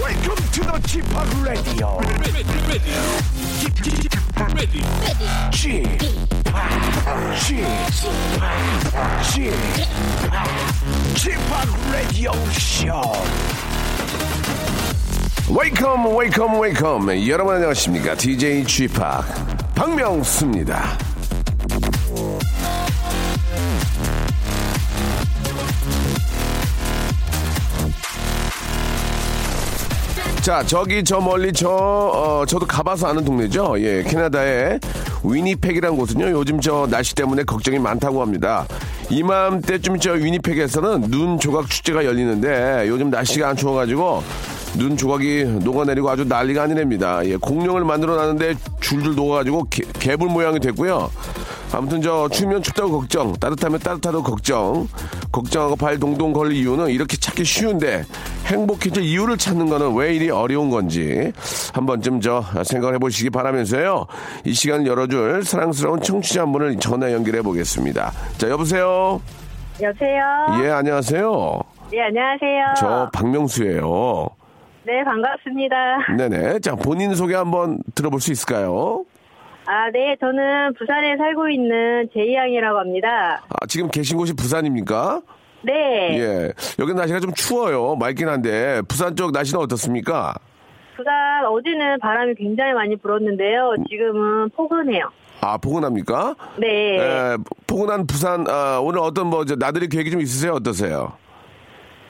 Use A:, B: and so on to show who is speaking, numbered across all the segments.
A: Welcome to the g p Radio. g p Radio Show. Welcome, welcome, welcome. 여러분 안녕하십니까? DJ g p 박명수입니다. 자, 저기 저 멀리 저 어, 저도 가봐서 아는 동네죠. 예, 캐나다의 위니펙이라는 곳은요. 요즘 저 날씨 때문에 걱정이 많다고 합니다. 이맘때쯤 저 위니펙에서는 눈 조각 축제가 열리는데 요즘 날씨가 안 추워가지고 눈 조각이 녹아내리고 아주 난리가 아니랍니다. 예, 공룡을 만들어놨는데 줄줄 녹아가지고 개, 개불 모양이 됐고요. 아무튼 저 추면 춥다고 걱정, 따뜻하면 따뜻하다고 걱정, 걱정하고 발 동동 걸릴 이유는 이렇게 찾기 쉬운데 행복해질 이유를 찾는 거는 왜 이리 어려운 건지 한 번쯤 저 생각을 해보시기 바라면서요. 이 시간을 열어줄 사랑스러운 청취자 한 분을 전화 연결해 보겠습니다. 자, 여보세요?
B: 여보세요.
A: 예, 안녕하세요.
B: 네 안녕하세요.
A: 저 박명수예요.
B: 네 반갑습니다.
A: 네네. 자, 본인 소개 한번 들어볼 수 있을까요?
B: 아 네 저는 부산에 살고 있는 제이양이라고 합니다.
A: 아, 지금 계신 곳이 부산입니까?
B: 네
A: 예. 여기 날씨가 좀 추워요. 맑긴 한데 부산 쪽 날씨는 어떻습니까?
B: 부산 어제는 바람이 굉장히 많이 불었는데요. 지금은 포근해요.
A: 아, 포근합니까?
B: 네.
A: 예, 포근한 부산 아, 오늘 어떤 뭐 저, 나들이 계획이 좀 있으세요? 어떠세요?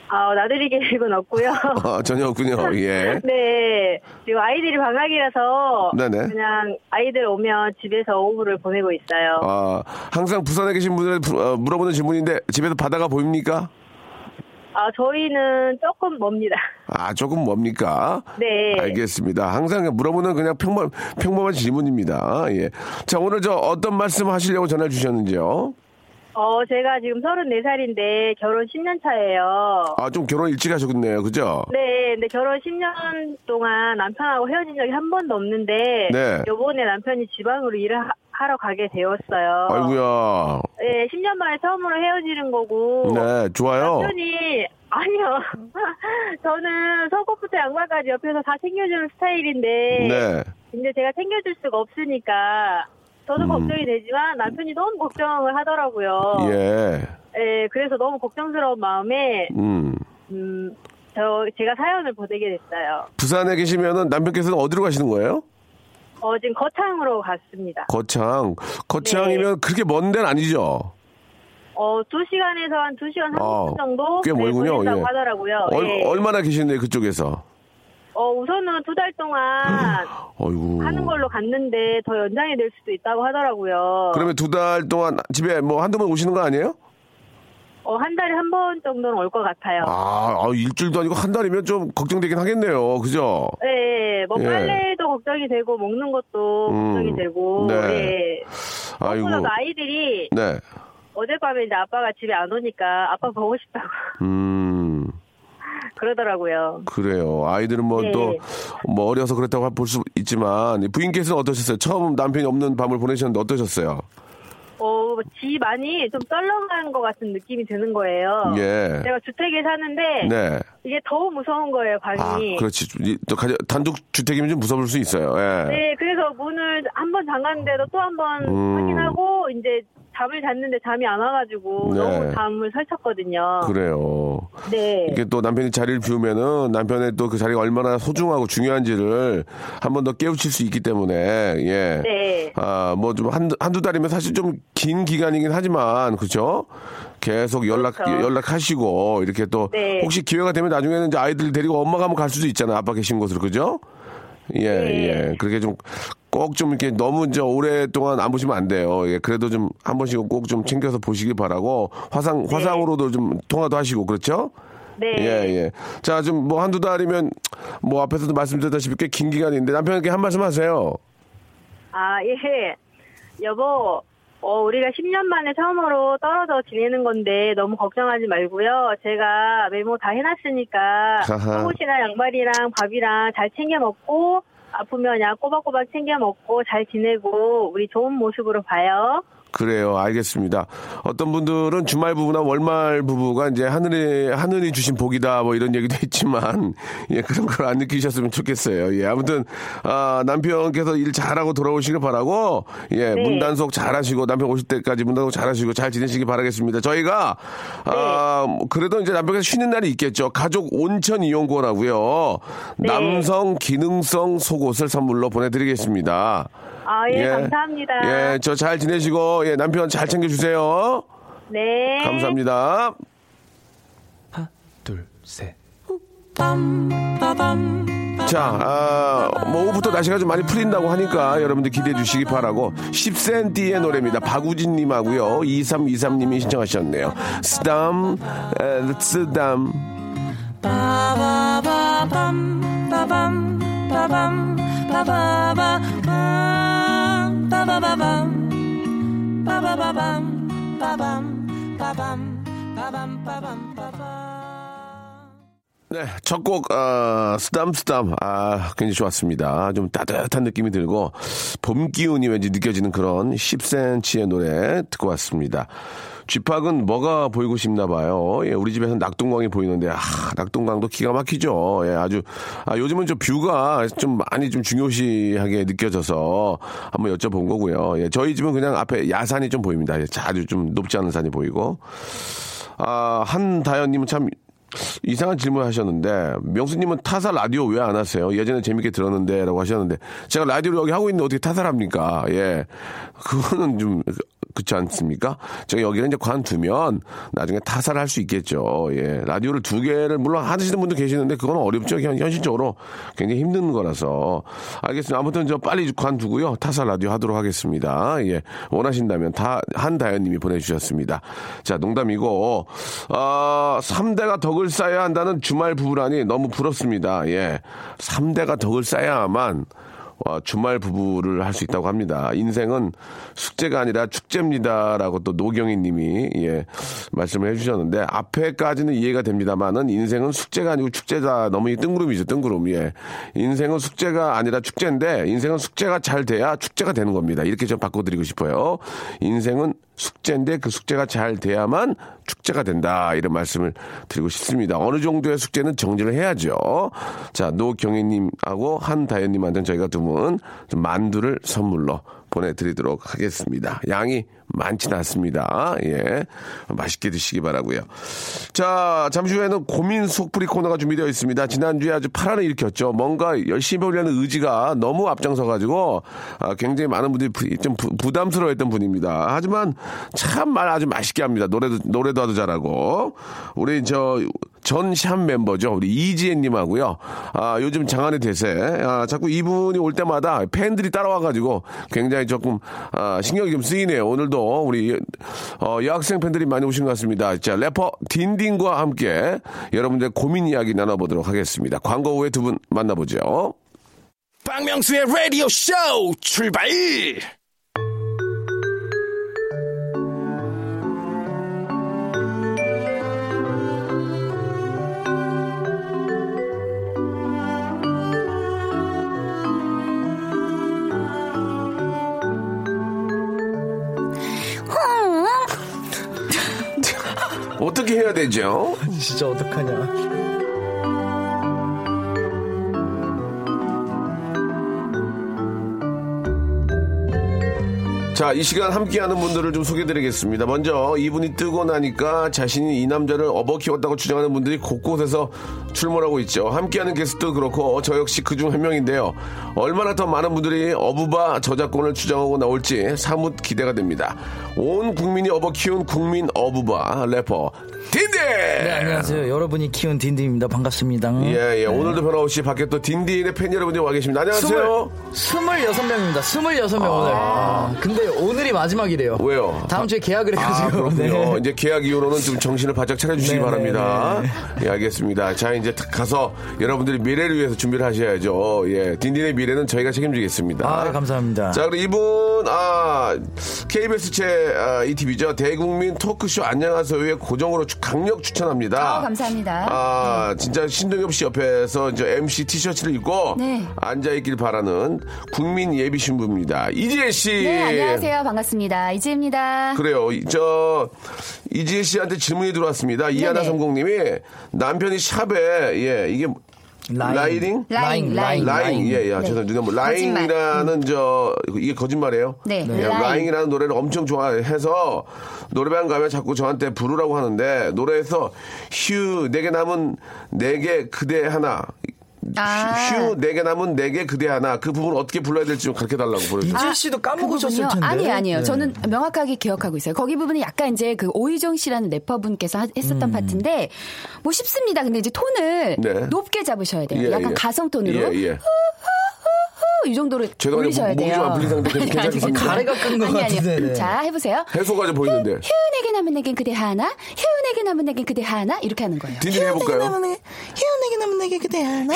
B: 아 나들이 계획은 없고요.
A: 아, 전혀 없군요. 예.
B: 네 지금 아이들이 방학이라서
A: 네네.
B: 그냥 아이들 오면 집에서 오후를 보내고 있어요.
A: 아, 항상 부산에 계신 분들 어, 물어보는 질문인데 집에서 바다가 보입니까?
B: 아 저희는 조금 멉니다.
A: 아, 조금 뭡니까?
B: 네.
A: 알겠습니다. 항상 물어보는 그냥 평범 평범한 질문입니다. 예. 자, 오늘 저 어떤 말씀 하시려고 전화 주셨는지요?
B: 어 제가 지금 34살인데 결혼 10년 차예요.
A: 아, 좀 결혼 일찍 하셨겠네요. 그죠?
B: 네, 근데 결혼 10년 동안 남편하고 헤어진 적이 한 번도 없는데
A: 네.
B: 요번에 남편이 지방으로 일을 하- 하러 가게 되었어요.
A: 아이고야.
B: 네, 10년 만에 처음으로 헤어지는 거고
A: 네, 좋아요.
B: 남편이 아니요. 저는 속옷부터 양말까지 옆에서 다 챙겨주는 스타일인데
A: 네.
B: 근데 제가 챙겨줄 수가 없으니까 저도
A: 음.
B: 걱정이 되지만 남편이 너무 걱정을 하더라고요.
A: 예.
B: 네, 그래서 너무 걱정스러운 마음에
A: 음.
B: 음, 저 제가 사연을 보내게 됐어요.
A: 부산에 계시면은 남편께서는 어디로 가시는 거예요?
B: 어, 지금 거창으로 갔습니다.
A: 거창. 거창이면
B: 네.
A: 그렇게 먼 데는 아니죠.
B: 어, 2시간에서 한 2시간 30분
A: 아,
B: 정도 네,
A: 꽤 멀군요.
B: 보낸다고
A: 예.
B: 하더라고요.
A: 얼,
B: 예.
A: 얼마나 계시는데 그쪽에서?
B: 어, 우선은 두 달 동안
A: 어이구.
B: 하는 걸로 갔는데 더 연장이 될 수도 있다고 하더라고요.
A: 그러면 두 달 동안 집에 뭐 한두 번 오시는 거 아니에요?
B: 어, 한 달에 한 번 정도는 올 것 같아요.
A: 아, 아, 일주일도 아니고 한 달이면 좀 걱정되긴 하겠네요. 그죠?
B: 예, 뭐
A: 예. 음.
B: 빨래도 걱정이 되고 먹는 것도 걱정이 되고
A: 네.
B: 네.
A: 아이고.
B: 무엇보다도 아이들이
A: 네.
B: 어젯밤에 이제 아빠가 집에 안 오니까 아빠 보고 싶다고
A: 음.
B: 그러더라고요.
A: 그래요. 아이들은 뭐
B: 네.
A: 또 뭐 어려서 그렇다고 볼 수 있지만 이 부인께서는 어떠셨어요? 처음 남편이 없는 밤을 보내셨는데 어떠셨어요?
B: 어, 지 많이 좀 썰렁한 것 같은 느낌이 드는 거예요.
A: 예.
B: 제가 주택에 사는데
A: 네.
B: 이게 더 무서운 거예요, 방이.
A: 아, 그렇지. 이- 또 가져- 단독 주택이면 좀 무서울 수 있어요. 예.
B: 네, 그래서 문을 한 번 잠갔는데도 또 한 번
A: 음.
B: 확인하고 이제 잠을 잤는데 잠이 안 와가지고
A: 네.
B: 너무 잠을 설쳤거든요.
A: 그래요.
B: 네.
A: 이게 또 남편이 자리를 비우면은 남편의 또 그 자리가 얼마나 소중하고 중요한지를 한 번 더 깨우칠 수 있기 때문에 예.
B: 네.
A: 아, 뭐 좀 한, 한두 달이면 사실 좀 긴 기간이긴 하지만, 그죠? 계속 연락,
B: 그렇죠.
A: 연락하시고, 이렇게 또,
B: 네.
A: 혹시 기회가 되면 나중에는 이제 아이들 데리고 엄마가 한번 갈 수도 있잖아요. 아빠 계신 곳으로, 그죠? 예,
B: 네.
A: 예. 그렇게 좀 꼭 꼭 좀 이렇게 너무 이제 오랫동안 안 보시면 안 돼요. 예, 그래도 좀 한 번씩은 꼭 좀 챙겨서 보시기 바라고 화상 화상으로도 좀 통화도 하시고 그렇죠?
B: 네.
A: 예, 예. 자, 좀 뭐 한두 달이면 뭐 앞에서도 말씀드렸다시피 꽤 긴 기간인데 남편에게 한 말씀 하세요.
B: 아, 예. 여보, 어, 우리가 10년 만에 처음으로 떨어져 지내는 건데 너무 걱정하지 말고요. 제가 메모 다 해놨으니까
A: 하하.
B: 속옷이나 양말이랑 밥이랑 잘 챙겨 먹고 아프면 약 꼬박꼬박 챙겨 먹고 잘 지내고 우리 좋은 모습으로 봐요.
A: 그래요, 알겠습니다. 어떤 분들은 주말 부부나 월말 부부가 이제 하늘이 하늘이 주신 복이다 뭐 이런 얘기도 있지만 예 그런 걸 안 느끼셨으면 좋겠어요. 예 아무튼 아 남편께서 일 잘하고 돌아오시길 바라고 예
B: 네.
A: 문단속 잘하시고 남편 오실 때까지 문단속 잘하시고 잘 지내시기 바라겠습니다. 저희가 아 그래도 이제 남편께서 쉬는 날이 있겠죠. 가족 온천 이용권 하고요 남성 기능성 속옷을 선물로 보내드리겠습니다.
B: 아, 예, 감사합니다.
A: 예, 저 잘 지내시고, 예, 남편 잘 챙겨주세요.
B: 네.
A: 감사합니다. 자, 아, 뭐, 오후부터 날씨가 좀 많이 풀린다고 하니까 여러분들 기대해 주시기 바라고, 10cm의 노래입니다. 박우진님 하고요, 2323님이 신청하셨네요. 쓰담, 에, 쓰담. 네, 첫 곡, 어, 쓰담쓰담. 아, 굉장히 좋았습니다. 좀 따뜻한 느낌이 들고, 봄 기운이 왠지 느껴지는 그런 10cm의 노래 듣고 왔습니다. 쥐팍은 뭐가 보이고 싶나 봐요. 예, 우리 집에서는 낙동강이 보이는데, 아, 낙동강도 기가 막히죠. 예, 아주, 아, 요즘은 좀 뷰가 좀 많이 좀 중요시하게 느껴져서 한번 여쭤본 거고요. 예, 저희 집은 그냥 앞에 야산이 좀 보입니다. 예, 아주 좀 높지 않은 산이 보이고. 아, 한다연님은 참 이상한 질문 하셨는데, 명수님은 타사 라디오 왜 안 하세요? 예전에 재밌게 들었는데, 라고 하셨는데, 제가 라디오를 여기 하고 있는데 어떻게 타사를 합니까? 예. 그거는 좀, 그렇지 않습니까? 제가 여기를 이제 관두면 나중에 타사를 할 수 있겠죠. 예. 라디오를 두 개를 물론 하시는 분도 계시는데 그건 어렵죠. 현- 현실적으로 굉장히 힘든 거라서. 알겠습니다. 아무튼 저 빨리 관두고요. 타사 라디오 하도록 하겠습니다. 예. 원하신다면 다, 한다연님이 보내주셨습니다. 자, 농담이고, 아, 3대가 덕을 쌓아야 한다는 주말 부부라니 너무 부럽습니다. 예. 3대가 덕을 쌓아야만 어, 주말 부부를 할 수 있다고 합니다. 인생은 숙제가 아니라 축제입니다라고 또 노경희 님이 예, 말씀을 해주셨는데 앞에까지는 이해가 됩니다만은 인생은 숙제가 아니고 축제다. 너무 이 뜬구름이죠, 뜬구름. 예. 인생은 숙제가 아니라 축제인데 인생은 숙제가 잘 돼야 축제가 되는 겁니다. 이렇게 좀 바꿔드리고 싶어요. 인생은 숙제인데 그 숙제가 잘 돼야만 축제가 된다. 이런 말씀을 드리고 싶습니다. 어느 정도의 숙제는 정리를 해야죠. 자, 노경희님하고 한다현님한테는 저희가 두 분 만두를 선물로 보내드리도록 하겠습니다. 양이 많진 않습니다. 예. 맛있게 드시기 바라고요 자, 잠시 후에는 고민 속풀이 코너가 준비되어 있습니다. 지난주에 아주 파란을 일으켰죠. 뭔가 열심히 하려는 의지가 너무 앞장서가지고 아, 굉장히 많은 분들이 부- 좀 부, 부담스러워했던 분입니다. 하지만 참 말 아주 맛있게 합니다. 노래도 노래도 아주 잘하고 우리 저 전샵 멤버죠. 우리 이지혜님하고요. 아, 요즘 장안의 대세. 아, 자꾸 이분이 올 때마다 팬들이 따라와가지고 굉장히 조금 아, 신경이 좀 쓰이네요. 오늘도 우리 어, 여학생 팬들이 많이 오신 것 같습니다. 자, 래퍼 딘딘과 함께 여러분들의 고민 이야기 나눠보도록 하겠습니다. 광고 후에 두 분 만나보죠.
C: 박명수의 라디오 쇼 출발!
A: 어떻게 해야 되죠?
D: 진짜 어떡하냐.
A: 자, 이 시간 함께하는 분들을 좀 소개드리겠습니다. 먼저 이분이 뜨고 나니까 자신이 이 남자를 업어 키웠다고 주장하는 분들이 곳곳에서 출몰하고 있죠. 함께하는 게스트도 그렇고 저 역시 그 중 한 명인데요. 얼마나 더 많은 분들이 어부바 저작권을 주장하고 나올지 사뭇 기대가 됩니다. 온 국민이 업어 키운 국민 어부바 래퍼 딘딘!
D: 네, 안녕하세요. 여러분이 키운 딘딘입니다. 반갑습니다.
A: 예, 예. 오늘도 변함없이 밖에 또 딘딘의 팬 여러분들이 와 계십니다. 안녕하세요.
D: 26명입니다. 26명 오늘. 아, 근데 오늘이 마지막이래요.
A: 왜요?
D: 다음 주에 계약을
A: 아,
D: 해가지고.
A: 그렇군요.
D: 네.
A: 이제 계약 이후로는 좀 정신을 바짝 차려주시기
D: 네,
A: 바랍니다. 예, 알겠습니다. 자, 이제 가서 여러분들이 미래를 위해서 준비를 하셔야죠. 예, 딘딘의 미래는 저희가 책임지겠습니다.
D: 아, 감사합니다.
A: 자, 그럼 이분, 아, KBS 채, 아, ETV죠. 대국민 토크쇼 안녕하세요의 고정으로 추- 강력 추천합니다.
E: 아, 감사합니다. 네.
A: 아, 진짜 신동엽 씨 옆에서 저 MC 티셔츠를 입고
E: 네.
A: 앉아있길 바라는 국민 예비 신부입니다. 이지혜 씨.
E: 네, 안녕하세요. 반갑습니다. 이지혜입니다.
A: 그래요. 이- 저 이지혜 씨한테 질문이 들어왔습니다. 이하나
E: 네네.
A: 성공님이 남편이 샵에 예 이게
D: 라인.
A: 라이딩
E: 라인, 라인.
A: 라인, 예, 예,
E: 네.
A: 죄송합니다. 뭐
E: 거짓말.
A: 라인이라는 저 이게 거짓말이에요.
E: 네,
A: 예,
E: 라인.
A: 라인이라는 노래를 엄청 좋아해서 노래방 가면 자꾸 저한테 부르라고 하는데 노래에서 휴 내게 남은 네개 그대 하나.
E: 아.
A: 휴 내게 남은 네개 그대 하나 그 부분 어떻게 불러야 될지 좀 가르쳐 달라고 보내주세요.
D: 이재 씨도 까먹으셨을
E: 그거군요.
D: 텐데.
E: 아니 아니요.
D: 네.
E: 저는 명확하게 기억하고 있어요. 거기 부분은 약간 이제 그 오희정 씨라는 래퍼분께서 하- 했었던 파트인데 뭐 쉽습니다. 근데 이제 톤을
A: 네.
E: 높게 잡으셔야 돼요.
A: 예,
E: 아, 약간
A: 예.
E: 가성 톤으로
A: 예, 예.
E: 이 정도로
A: 죄송해요.
E: 올리셔야
A: 목이
E: 돼요.
A: 좀안 풀린 상태인데 괜찮-
E: 괜찮아요.
D: 가래가 끈것
E: 아니, 아니요.
D: 같은데, 네.
E: 자 해보세요.
A: 해소가 좀 보이는데.
E: 휴내게 남은 내겐 그대 하나, 휴내게 남은 내겐 그대 하나 이렇게 하는 거예요.
A: 딘딘 해볼까요?
F: 희한하게 남은 내게 그대 하나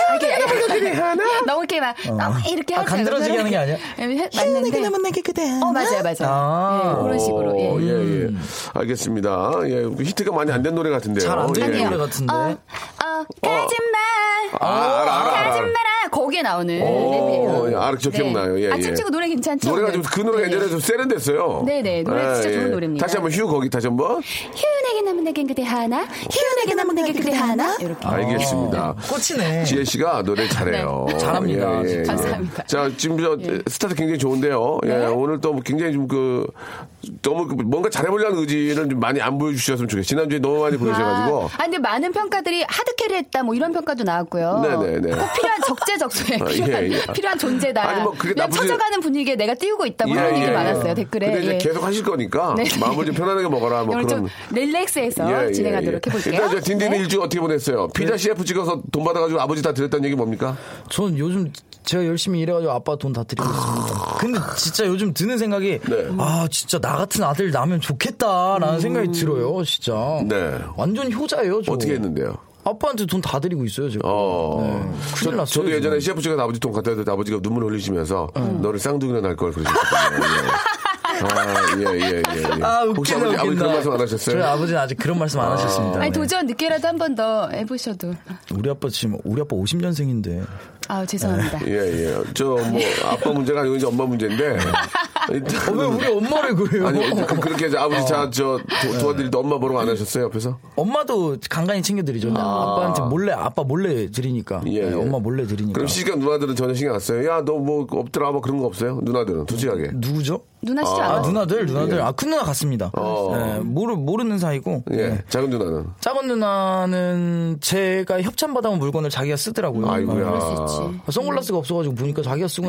E: 너무 이렇게 막
A: 어.
E: 너무 이렇게
D: 아,
E: 하죠.
D: 간드러지게 하는 게 아니야?
F: 희한하게
E: 맞는데.
F: 남은 내게 그대 하나
E: 어 맞아요 맞아요.
D: 아.
E: 예, 그런 식으로. 예.
A: 오, 예, 예. 알겠습니다. 예, 히트가 많이 안 된 노래
E: 네.
A: 같은데요.
D: 음. 잘안 되는
A: 예, 예.
D: 노래 같은데.
E: 어, 어, 가지마.
A: 아, 알아, 알아, 알아. 알아.
E: 가지마라 거기에 나오는 네,
A: 오,
E: 랩이에요.
A: 어, 예, 알아, 저 기억나요. 예, 예.
E: 네. 아침 친구 노래 괜찮죠?
A: 노래가 좀, 그 노래가
E: 네.
A: 예전에 좀 세련됐어요. 예,
E: 네네, 노래 진짜 좋은 노래입니다.
A: 다시 한번 휴, 거기 다시 한 번.
E: 희은에게 남은 내겐 그대 하나, 희은에게 남은 내겐 그대 하나 이렇게.
A: 알겠습니다.
D: 아. 꽃이네. 네.
A: 지혜 씨가 노래 잘해요. 예,
D: 잘합니다, 진짜.
E: 감사합니다. 예. 네.
A: 자, 지금 저 스타트 굉장히 좋은데요. 예, 오늘 또 굉장히 좀 그 너무 그 뭔가 잘해보려는 의지를 좀 많이 안 보여주셨으면 좋겠어요. 지난주에 너무 많이 보여주셔가지고.
E: 아, 근데 많은 평가들이 하드캐리 했다 뭐 이런 평가도 나왔고요.
A: 네네네.
E: 꼭 필요한 적재적소에
A: 아,
E: 필요한,
A: 예, 예.
E: 필요한 존재다.
A: 아니, 뭐 그게
E: 그냥
A: 나쁘지- 예,
E: 처져가는 분위기에 내가 띄우고 있다 뭐 이런 얘기 많았어요 댓글에.
A: 근데 이제
E: 예.
A: 계속 하실 거니까
E: 네.
A: 마음을 좀 편안하게 먹어라. 뭐
E: 오늘
A: 그런.
E: 좀 릴렉스해서
A: 예, 예,
E: 진행하도록
A: 예.
E: 해볼게요.
A: 일단 저 딘딘이
E: 네.
A: 일주 어떻게 보냈어요?
D: 네.
A: 피자 CF 찍어서 돈 받아가지고 아버지 다 드렸다는 얘기 뭡니까?
D: 전 요즘 제가 열심히 일해가지고 아빠 돈 다 드리고 있습니다. 근데 진짜 요즘 드는 생각이
A: 네. 음.
D: 아 진짜 나 같은 아들 나면 좋겠다라는 생각이 들어요 진짜.
A: 네.
D: 완전 효자예요. 저.
A: 어떻게 했는데요?
D: 아빠한테 돈 다 드리고 있어요 지금.
A: 어.
D: 큰일 났어요.
A: 저도 예전에 CF 찍어서 아버지 돈 갖다 드렸는데 아버지가 눈물 흘리시면서
D: 네.
A: 너를 쌍둥이로 날 걸 그러셨거든요. 예. 아, 예, 예, 예. 예.
D: 아
A: 혹시
D: 웃기다
A: 아버지,
D: 웃긴다.
A: 아버지 그런 말씀 안
D: 저희
A: 하셨어요?
D: 아버지는 아직 그런 말씀 안 하셨습니다.
E: 아니
D: 네.
E: 도전 늦게라도 한 번 더 해보셔도.
D: 우리 아빠 지금 우리 아빠 50년생인데
E: 아
D: 네.
E: 죄송합니다.
A: 예, 예. 저 뭐 아빠 문제가 아니고 이제 엄마 문제인데. 일단
D: 네. 어, 왜 우리 엄마를 그래요?
A: 그 아니 그- 그렇게 해서 아버지
D: 어.
A: 자저
D: 네.
A: 도와드릴 때 엄마 보러 안 하셨어요 옆에서?
D: 엄마도 간간히 챙겨드리죠. 아. 빠한테 몰래 아빠 몰래 드리니까.
A: 예,
D: 네,
A: 예.
D: 엄마 몰래 드리니까.
A: 그럼 시집간 누나들은 전혀 신경 안 써요. 야 너 뭐 없더라 뭐 그런 거 없어요? 누나들은 솔직하게.
D: 누구죠?
E: 누나 시죠
D: 아,
E: 아,
D: 누나들 누나들 아 큰 누나 같습니다.
A: 예. 어.
D: 네, 모르 모르는 사이고.
A: 예
D: 네.
A: 작은
E: 음,
A: 누나는.
D: 작은 누나는 제가 협찬 받아온 물건을 자기가 쓰더라고요.
A: 아이고야.
E: 있지.
D: 아, 선글라스가 없어가지고 보니까 자기가 쓰고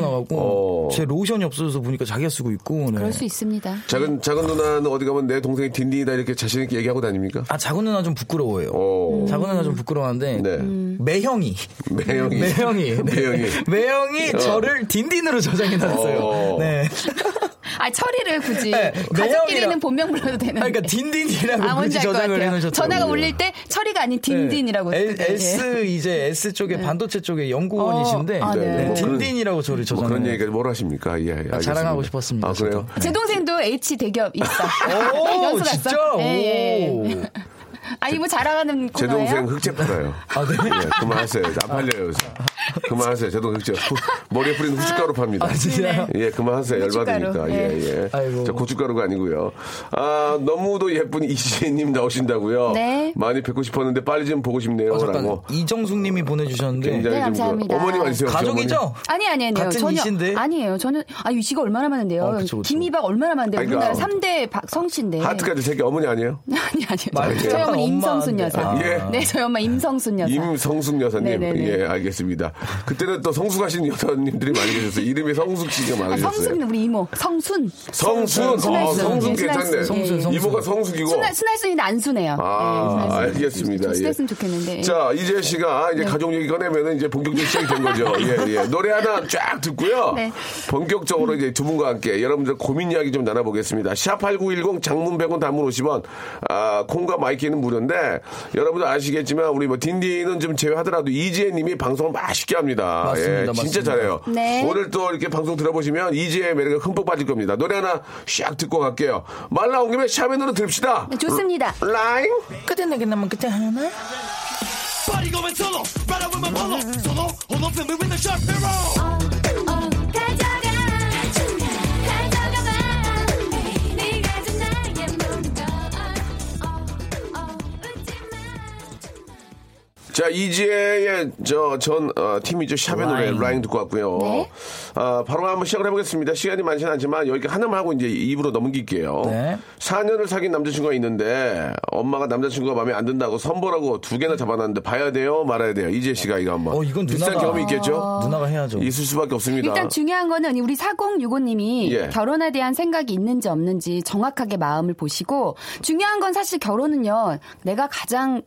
A: 어.
D: 나가고 제 로션이 없어져서 보니까 자기가 쓰고 있고. 네.
E: 그럴 수 있습니다.
A: 작은 작은 누나는 어디 가면 내 동생이 딘딘이다 이렇게 자신 있게 얘기하고 다닙니까?
D: 아 작은 누나 좀 부끄러워요.
A: 오.
D: 작은 누나 좀 부끄러워하는데
A: 어. 네.
D: 매형이
E: 음.
A: 매형이.
D: 매형이 네.
A: 매형이.
D: 매형이 저를 딘딘으로 저장해놨어요.
A: 어.
D: 네.
E: 아 처리를 굳이
D: 네, 매형이라-
E: 가족끼리는 본명 불러도 되는데.
D: 아, 그러니까 딘딘이라고
E: 아,
D: 굳이
E: 뭔지 알것
D: 저장을
E: 같아요.
D: 해놓으셨다고.
E: 전화가 울릴 때 처리가 아닌 딘딘이라고
D: 네.
E: 했을
D: L-
E: 때. 예. 네.
D: S 이제 S 쪽에 반도체 쪽에 연구원이신데
E: 어, 아, 네.
D: 네,
A: 뭐 그런-
D: 딘딘이라고 저를 저장해.
A: 뭐 그런 얘기까지 뭘 하십니까? 예, 예, 알겠습니다.
D: 아, 자랑하고 싶었습니다,
A: 아 그래요?
E: 제 동생도 H 대기업 있어.
D: 오,
E: 네. 연수 갔어.
D: 진짜?
E: 예, 예, 예.
D: 오.
E: 아니 뭐 자랑하는
A: 제
E: 코너예요?
A: 동생 흑제 팔아요.
D: 아, 네.
A: 예, 그만하세요. 안 팔려요. 요새. 그만하세요. 제 동생 흑제 후- 머리에 뿌리는 후춧가루 팝니다.
D: 아, 진짜요?
E: 네.
A: 예, 그만하세요.
E: 고춧가루.
A: 열받으니까.
E: 예.
A: 예, 예.
D: 아이고.
A: 저 고춧가루가 아니고요. 아, 너무도 예쁜 이지혜님 나오신다고요.
E: 네.
A: 많이 뵙고 싶었는데 빨리 좀 보고 싶네요.
D: 어, 잠깐
A: 라고.
D: 이정숙님이 보내주셨는데
A: 굉장히
E: 네,
A: 좀 그-
E: 감사합니다.
A: 어머님 아니세요? 혹시
D: 가족이죠?
A: 어머님?
E: 아니 아니 아니요.
D: 같은
E: 전혀
D: 이신데?
E: 아니에요. 저는 아 유씨가 얼마나 많은데요.
D: 어, 그쵸, 그쵸.
E: 김이박 얼마나 많은데
A: 아니,
E: 우리나라
A: 그러니까.
E: 3대 박성씨인데.
A: 네. 하트까지 세개 어머니 아니에요?
E: 아니 아니요.
D: 말이에요.
E: 저희 어머니
D: 엄마
E: 임성순
D: 안 돼.
E: 여사.
A: 아. 예.
E: 네, 저희 엄마 임성순 여사.
A: 임성숙 여사님.
E: 네네네.
A: 예, 알겠습니다. 그때는 또 성숙하신 여사님들이 많이 계셨어요. 이름이 성숙 씨가
E: 아,
A: 많으셨어요.
E: 성순 우리 이모 성순.
A: 성순, 어,
E: 순할순.
A: 성순
E: 예,
A: 괜찮네.
E: 순할순. 예, 예.
A: 이모가 성숙이고.
D: 어.
E: 순할 순할순이는 안 순해요.
A: 아, 알겠습니다. 예.
E: 순했으면 좋겠는데. 예. 네.
A: 자, 이재 씨가 이제 가족 얘기 꺼내면은 이제 본격적인 시작이 된 거죠. 예, 예. 노래 하나 쫙 듣고요.
E: 네.
A: 본격적으로 이제 두 분과 함께 여러분들 고민 이야기 좀 나눠보겠습니다. 샵8910 장문 100원 단문 50원, 아, 콩과 마이키는 무료인데 여러분들 아시겠지만 우리 뭐 딘딘은 좀 제외하더라도 이재 님이 방송을 맛있게 합니다.
D: 맞습니다,
A: 예, 진짜
D: 맞습니다.
A: 잘해요.
E: 네.
A: 오늘 또 이렇게 방송 들어보시면 이재의 매력에 흠뻑 빠질 겁니다. 노래 하나 샥 듣고 갈게요. 말 나온 김에 샵의 노래 듭시다.
E: 네, 좋습니다.
A: 라임.
F: 그대 내게 남은 그대 하나.
A: 자, 이지혜의 저, 전, 어, 팀이죠. 샵의 노래,
D: 라인.
A: 라인 듣고 왔고요.
E: 네.
A: 아, 바로 한번 시작을 해보겠습니다. 시간이 많지는 않지만, 여기 하나만 하고 이제 입으로 넘길게요.
D: 네.
A: 4년을 사귄 남자친구가 있는데, 엄마가 남자친구가 마음에 안 든다고 선보라고 두 개나 잡아놨는데, 봐야 돼요? 말아야 돼요? 이지혜 씨가 이거 한번.
D: 어, 이건
A: 비슷한
D: 누나가-
A: 경험이
E: 어.
A: 있겠죠?
D: 누나가 해야죠.
A: 있을 수밖에 없습니다.
E: 일단 중요한 거는 우리 4065님이
A: 그러니까 예.
E: 결혼에 대한 생각이 있는지 없는지 정확하게 마음을 보시고 중요한 건 사실 결혼은요 내가 가장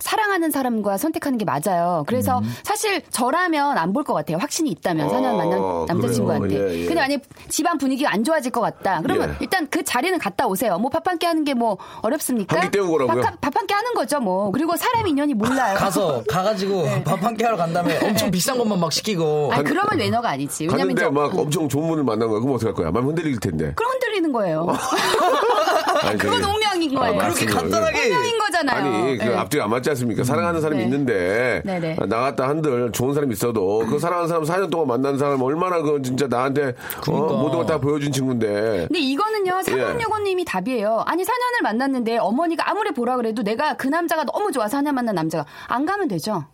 E: 사랑하는 사람과 선택하는 게 맞아요. 그래서
A: 음.
E: 사실 저라면 안 볼 것 같아요. 확신이 있다면
A: 어,
E: 4년 만난
A: 그래요?
E: 남자친구한테.
A: 예, 예.
E: 근데 만약 집안 분위기가 안 좋아질 것 같다. 그러면
A: 예.
E: 일단 그 자리는 갔다 오세요. 뭐 밥 한 끼 하는 게 뭐 어렵습니까?
A: 한끼 때우고 오라고요?
E: 밥 한 끼 하는 거죠 뭐. 그리고 사람 인연이 몰라요.
D: 가서 가가지고 밥 한 끼 하러 간 다음에 엄청 비싼 것만 막 시키고
E: 네. 아니, 그러면 외너가 아니지. 왜냐면
A: 갔는데
E: 이제
A: 막 엄청 좋은 분을 만난 거야. 그럼 어떡할 거야? 마음 흔들릴 텐데.
E: 그럼 흔들리는 거예요.
A: 어. 아니,
E: 그건
A: 저기-
E: 운명인 거예요.
A: 맞습니다.
D: 그렇게 간단하게
E: 운명인 거잖아요.
A: 아니 그
D: 네.
E: 예.
A: 앞뒤가 안 맞지
D: 음.
A: 않습니까? 사랑하는 사람이
E: 네.
A: 있는데
E: 네네.
A: 아, 나갔다 한들 좋은 사람이 있어도
D: 음.
A: 그 사랑하는 사람 4년 동안 만난 사람 얼마나 그 진짜 나한테
D: 그러니까.
A: 어, 모든 걸 다 보여준 친구인데
E: 근데
A: 예.
E: 이거는요, 사공여고님이 답이에요. 아니, 4년을 만났는데 어머니가 아무리 보라 그래도 내가 그 남자가 너무 좋아, 4년 만난 남자가. 안 가면 되죠.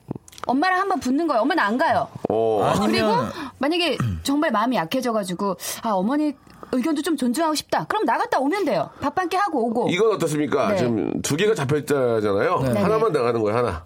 E: 엄마랑 한번 붙는 거예요. 엄마는 안 가요.
A: 어,
E: 그리고
D: 아니면
E: 만약에 정말 마음이 약해져가지고, 아, 어머니 의견도 좀 존중하고 싶다. 그럼 나갔다 오면 돼요. 밥 한 끼 하고 오고.
A: 이건 어떻습니까?
E: 네.
A: 지금 두 개가 잡혀있잖아요.
D: 네.
A: 하나만 나가는 거예요 하나.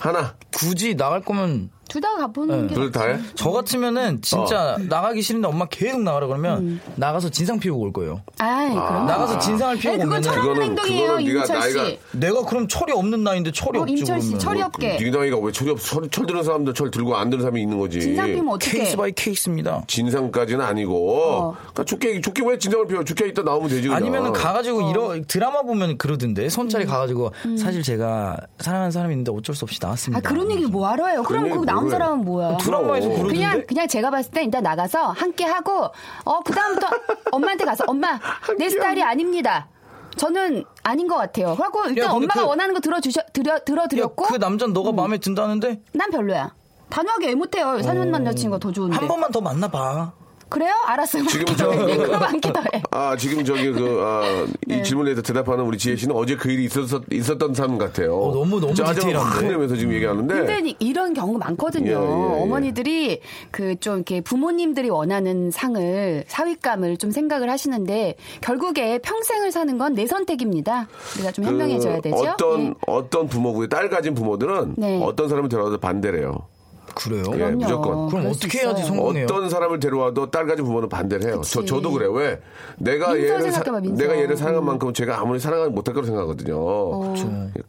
A: 하나
D: 굳이 나갈 거면
E: 둘 다
D: 네.
E: 가보는 게.
A: 둘 다해?
D: 저 같으면은 진짜 나가기 싫은데 엄마 계속 나가라 그러면
E: 음.
D: 나가서 진상 피우고 올 거예요.
E: 아이, 그럼.
D: 나가서 진상을
E: 에이,
D: 피우고
E: 그건
D: 오면
E: 철없는
A: 그거는-
E: 행동이에요,
A: 그거는 네가
E: 임철 씨.
A: 나이가-
D: 내가 그럼 철이 없는 나이인데 철이
E: 어,
D: 없지
E: 임철 씨,
D: 그러면.
E: 철이 없게.
A: 음, 딩덩이가 왜 철이 없? 철, 철 드는 사람들 철 들고 안 드는 사람이 있는 거지.
E: 진상
D: 뭐
E: 피면 어떻게?
D: 예. 케이스 바이 케이스입니다.
A: 진상까지는 아니고 그러니까 좋게 좋게 왜 진상을 피워? 좋게 있다 나오면 되지. 그냥.
D: 어. 아니면은 가가지고
E: 어.
D: 이런 드라마 보면 그러던데 손자리
E: 음.
D: 가가지고 사실 제가 사랑하는 사람이 있는데 어쩔 수 없이 나왔습니다.
E: 아 그런 얘기를 뭐하러 해요? 그럼
A: 얘기
E: 그 나온
A: 뭐래.
E: 사람은 뭐야?
D: 드라마에서
A: 그럼.
D: 그러던데
E: 그냥 그냥 제가 봤을 때 일단 나가서 함께 하고 어 그다음부터 엄마한테 가서 엄마 내 스타일이 아닙니다. 저는 아닌 것 같아요. 그리고 일단
D: 야, 근데
E: 엄마가
D: 그-
E: 원하는 거 들어주셔 들어
D: 야,
E: 들어드렸고
D: 그 남자는 너가 마음에 든다는데
E: 난 별로야. 단호하게 애 못해요. 사년 남자친구가 더 좋은데.
D: 어. 한 번만 더 만나봐.
E: 그래요? 알았어요.
A: 지금
E: 많기
A: 저-
E: 더 해. 그거 많기 더 해.
A: 아, 지금 저기 그, 아,
E: 네.
A: 이 질문에서 대답하는 우리 지혜 씨는 어제 그 일이 있었, 있었던 사람 같아요.
D: 어, 너무, 너무 디테일한데.
A: 내면서 지금 얘기하는데.
E: 근데 이- 이런 경우 많거든요.
A: 네. 예, 예, 예.
E: 어머니들이 그 좀 이렇게 부모님들이 원하는 상을 사윗감을 좀 생각을 하시는데 결국에 평생을 사는 건 내 선택입니다. 우리가 좀
A: 그
E: 현명해져야 되죠.
A: 어떤,
E: 예.
A: 어떤 부모고요. 딸 가진 부모들은
E: 네.
A: 어떤 사람을 데려와도 반대래요.
D: 그래요?
A: 예,
E: 그럼요.
A: 무조건.
D: 그럼
E: 그럴 수
D: 어떻게 해야지
E: 있어요.
D: 성공- 그러네요.
A: 어떤 사람을 데려와도 딸 가진 부모는 반대를 해요. 저,
E: 그치.
A: 저도 그래요. 왜? 내가
E: 민서
A: 얘를, 사-
E: 생각해봐, 민서.
A: 내가 얘를 사랑한 만큼 제가 아무리 사랑하지 못할 거라고 생각하거든요.
E: 어.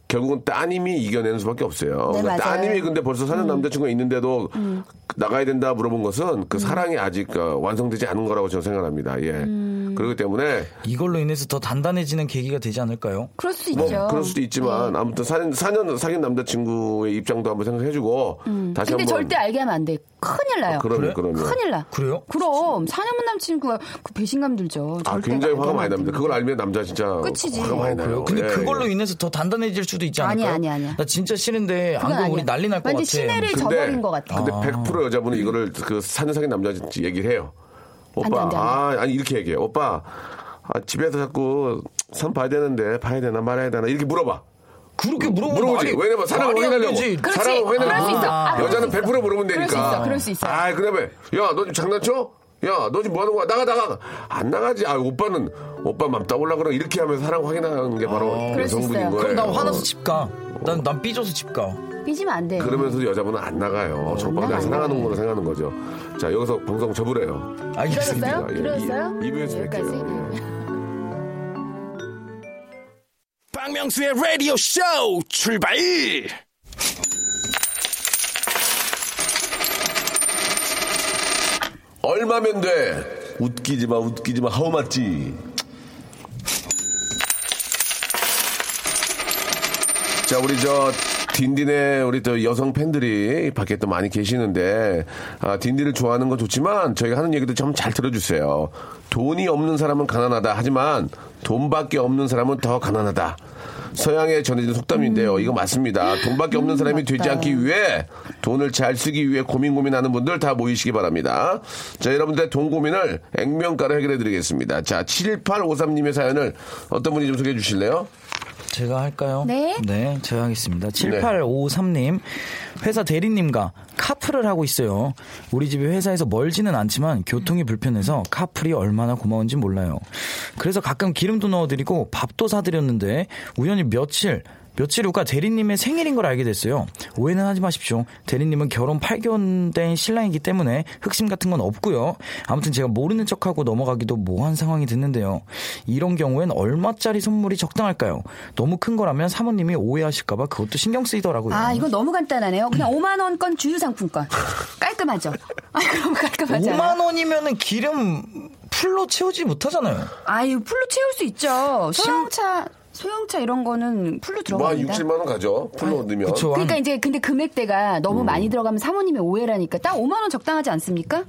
A: 결국은 따님이 이겨내는 수밖에 없어요. 그러니까
E: 네, 맞아요. 음.
A: 따님이 근데 벌써 사는 남자친구가 있는데도 나가야 된다 물어본 것은
E: 음.
A: 그 사랑이 아직 어, 완성되지 않은 거라고 저는 생각합니다. 예.
E: 음.
A: 그렇기 때문에
D: 이걸로 인해서 더 단단해지는 계기가 되지 않을까요?
E: 그럴 수
A: 뭐
E: 있죠.
A: 그럴 수도 있지만
E: 네.
A: 아무튼 4, 년 사귄 남자친구의 입장도 한번 생각해주고 다시
E: 음. 근데
A: 한번 어,
E: 절대 알게 하면 안 돼. 큰일 나요.
A: 그러면 그러면
E: 큰일 나.
D: 그래요?
E: 그럼 사년문 남친구가 그 배신감 들죠.
A: 아
E: 절대
A: 굉장히
E: 알게
A: 화가
E: 하면
A: 많이
E: 안
A: 납니다.
E: 됩니다.
A: 그걸 알면 남자 진짜
E: 끝이지.
A: 화가 많이
E: 어,
A: 나요.
D: 그래요? 근데
A: 예,
D: 그걸로
A: 예.
D: 인해서 더 단단해질 수도 있지
E: 아니,
D: 않을까요?
E: 아니, 아니.
D: 나 진짜 싫은데 안
E: 그건
D: 그러면 우리
E: 아니야.
D: 난리 날 것 같아.
E: 완전 시내를
A: 근데-
E: 저버린 것 같아.
A: 근데 100% 여자분은 이거를 그 사는 사귄 남자 얘기를 해요.
E: 안 돼,
A: 오빠,
E: 안 돼, 안
A: 아, 아니 이렇게 얘기해. 오빠, 아, 집에서 자꾸 산 봐야 되는데 봐야 되나 말아야 되나 이렇게 물어봐.
D: 그렇게 물어보면
A: 물어보지.
D: 말이-
A: 왜냐면 사랑을
D: 말이 안 되지.
A: 확인하려고.
E: 그렇지.
A: 사랑을
E: 그럴 수
A: 확인하려고.
E: 있어. 아, 그럴
A: 여자는
E: 수 있어.
A: 100% 물으면 되니까.
E: 그럴 수 있어, 그럴 수 있어.
A: 아, 그다음에 야, 너 지금 장난쳐? 야, 너 지금 뭐 하는 거야? 나가, 나가. 안 나가지. 아, 오빠는 오빠 맘 따올라 그러 이렇게 하면서 사랑 확인하는 게 바로
E: 아. 그럴 수
A: 여성분인
E: 있어요.
A: 거예요.
D: 그럼 나 화나서 집 가. 난, 난 삐져서 집 가.
E: 삐지면 안 돼요.
A: 그러면서 여자분은 안 나가요. 정말 나
E: 어, 나가요.
A: 생각하는 거로 생각하는 거죠. 자, 여기서 방송 접으래요.
D: 알겠습니다.
A: 예,
E: 들어졌어요? 들어졌어요?
A: 2부에서
E: 아, 여기까지.
A: 뵐게요. 예.
C: 박명수의 라디오 쇼 출발!
A: 얼마면 돼? 웃기지 마, 웃기지 마, 하우 맞지? 자, 우리 저, 딘딘의 우리 또 여성 팬들이 밖에 또 많이 계시는데, 아, 딘딘을 좋아하는 건 좋지만, 저희가 하는 얘기도 좀 잘 들어주세요. 돈이 없는 사람은 가난하다. 하지만, 돈밖에 없는 사람은 더 가난하다. 서양에 전해진 속담인데요. 이거 맞습니다. 돈밖에 없는 사람이 되지 않기 위해 돈을 잘 쓰기 위해 고민 고민하는 분들 다 모이시기 바랍니다. 자, 여러분들의 돈 고민을 액면가로 해결해 드리겠습니다. 자, 7853님의 사연을 어떤 분이 좀 소개해 주실래요?
D: 제가 할까요?
E: 네.
D: 제가 하겠습니다.
A: 네.
D: 7853님, 회사 대리님과 카풀을 하고 있어요. 우리 집이 회사에서 멀지는 않지만 교통이 불편해서 카풀이 얼마나 고마운지 몰라요. 그래서 가끔 기름도 넣어드리고 밥도 사드렸는데 우연히 며칠, 며칠 후가 대리님의 생일인 걸 알게 됐어요. 오해는 하지 마십시오. 대리님은 결혼 8개월 된 신랑이기 때문에 흑심 같은 건 없고요. 아무튼 제가 모르는 척하고 넘어가기도 모호한 상황이 됐는데요. 이런 경우엔 얼마짜리 선물이 적당할까요? 너무 큰 거라면 사모님이 오해하실까봐 그것도 신경 뭐 쓰이더라고요.
E: 아, 이거 너무 간단하네요.
D: 음.
E: 그냥 5만 원권 주유 상품권. 깔끔하죠. 아, 그럼 깔끔하죠.
D: 5만 원이면은 기름 풀로 채우지 못하잖아요.
E: 아유, 풀로 채울 수 있죠. 소형차 소형차 이런 거는 풀로
A: 뭐, 한
E: 들어갑니다.
A: 60만 원 가죠. 풀로 넣으면.
D: 그쵸.
E: 그러니까
D: 한-
E: 이제 근데 금액대가
D: 음.
E: 너무 많이 들어가면 사모님의 오해라니까 딱 5만 원 적당하지 않습니까?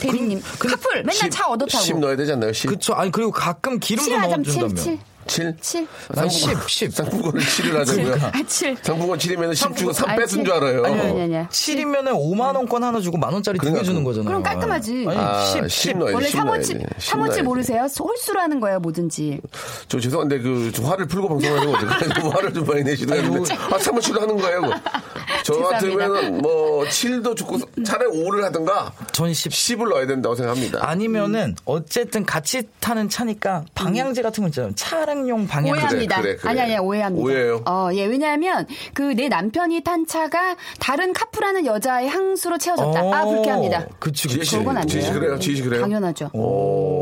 E: 대리님 카풀 맨날 차 얻어
A: 10
E: 타고
A: 넣어야 되지 않나요? 10?
D: 그쵸. 아니, 그리고 가끔 기름도
E: 7하점 7 7
D: 넣어준다면.
A: 7?
E: 7
D: 아니, 10, 10.
A: 상품권을 7을 하자고요.
E: 아 7.
A: 상품권 7이면 10 주고 3
E: 아니,
A: 뺏은
E: 칠.
A: 줄 알아요.
E: 아니 아니 아니.
D: 7이면은 5만 원권 하나 주고 만 원짜리 두 개
A: 그러니까
D: 주는
A: 그-
D: 거잖아요.
E: 그럼 깔끔하지.
D: 아니,
A: 아,
D: 10,
A: 10
D: 10.
A: 넣어야 돼.
E: 원래
A: 10
E: 사모치
A: 넣어야 돼. 10
E: 사모치
A: 넣어야 돼.
E: 모르세요? 홀수로 하는 거예요, 뭐든지.
A: 저 죄송한데 그좀 화를 풀고 방송하려고 어떡하냐고 화를 좀 많이 내시는 것 같은데 아 3월 7로 하는 거예요 그거. 저 같은
E: 죄송합니다.
A: 경우에는 뭐 7도 좋고 차라리 5를 하든가
D: 전 10.
A: 10을 넣어야 된다고 생각합니다
D: 아니면은
E: 음.
D: 어쨌든 같이 타는 차니까 방향제 같은 거 있잖아요. 차량용 방향제.
A: 오해하는
E: 오해합니다.
A: 그래, 그래.
E: 아니 아니 오해합니다.
A: 오해예요?
E: 어, 예. 왜냐하면 그 내 남편이 탄 차가 다른 카풀하는 여자의 항수로 채워졌다. 아, 불쾌합니다.
D: 어, 그치,
A: 지혜씨
D: 그치.
E: 그건 안 돼요. 네,
A: 지혜씨 그래요 지혜씨 그래요
E: 당연하죠.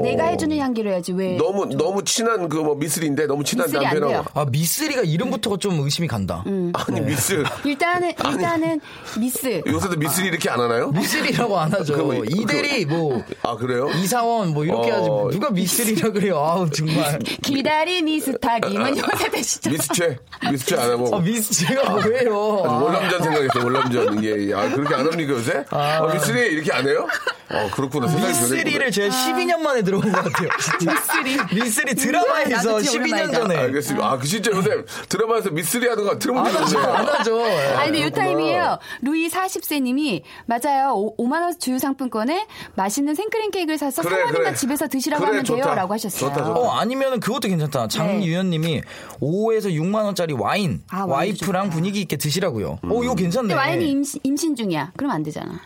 E: 내가 해주는 향기로 해야지 왜?
A: 너무 너무 친한 그 뭐 미슬인데 너무 친한
E: 그 미슬이 안 돼요.
A: 남편하고
D: 아, 미쓰리가 이름부터가 좀 의심이 간다.
E: 음. 네.
A: 아니 미슬
E: 일단은 일단은 미스.
A: 요새도 미슬이 이렇게 안 하나요?
D: 미쓰리라고 안 하죠.
A: 그럼 이-
D: 이대리, 뭐,
A: 아 그래요?
D: 이사원, 뭐, 이렇게
A: 어.
D: 하지. 뭐 누가 미쓰리라 그래요. 아우, 정말.
E: 기다리 미스타기만
A: 아,
E: 요새 되시죠?
A: 미스채 미스채 안 하고
D: 아, 미쓰리가 뭐예요.
A: 뭐 아주 월남전 생각했어요. 월남전 이게 아, 그렇게 안 합니까 요새? 아, 미쓰리 이렇게 안 해요? 어 그렇구나. 생각이 변했구나.
D: 미쓰리를 제가
E: 아.
D: 12년 만에 들어온 것 같아요. 미쓰리. 미쓰리 드라마에서
E: 나도 지금
D: 12년
E: 오랜만이다.
D: 전에.
A: 알겠습니다. 아, 그 진짜 요새 드라마에서 미쓰리 하는 거 들어본 적
D: 아, 안
A: 없어요.
D: 하죠. 예.
E: 아니 근데 요
A: 그렇구나.
E: 타임이에요. 루이 40세님이 맞아요. 오, 5만 원 주유 상품권에 맛있는 생크림 케이크를 사서
A: 그래,
E: 사모님과
A: 그래.
E: 집에서 드시라고
A: 그래,
E: 하면
A: 좋다.
E: 돼요라고 하셨어요.
A: 좋다, 좋다.
D: 어, 아니면 그것도
E: 네.
D: 괜찮다. 장유연님이 5에서 6만원짜리 와인,
E: 아, 와인도
D: 와이프랑
E: 좋다.
D: 분위기 있게 드시라고요. 어, 이거 괜찮네.
E: 근데 와인이 임신, 임신 중이야. 그럼 안 되잖아.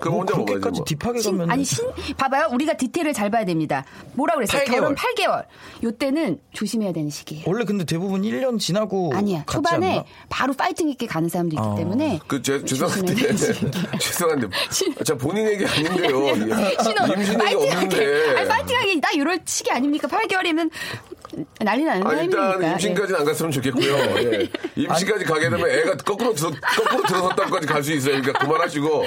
A: 그럼
D: 뭐
A: 혼자 먹어야지.
D: 그렇게까지
A: 뭐.
D: 딥하게
E: 신-
D: 가면.
E: 아니 신 봐봐요. 우리가 디테일을 잘 봐야 됩니다. 뭐라 그랬어요?
D: 팔
E: 결혼
D: 개월.
E: 8개월. 요때는 조심해야 되는 시기예요.
D: 원래 근데 대부분 1년 지나고.
E: 아니야.
D: 같지
E: 초반에
D: 않나? 아,
E: 바로 파이팅 있게 가는 사람도 있기 때문에
A: 그, 제, 죄송한데.
E: 조심해야 되는 시기예요.
A: 죄송한데. 자, 본인 얘기 아닌데요. 예.
E: 신혼
A: 임신 얘기
E: 파이팅하게 아니
A: 없는데.
E: 파이팅하게 딱 이럴 시기 아닙니까? 8개월이면 난리 나는
A: 아,
E: 타이밍이니까. 예.
A: 일단 임신까지는 안 갔으면 좋겠고요. 예. 임신까지 가게 되면 애가 거꾸로 들어, 거꾸로 들어섰다고까지 갈 수 있어요. 그러니까 그만하시고.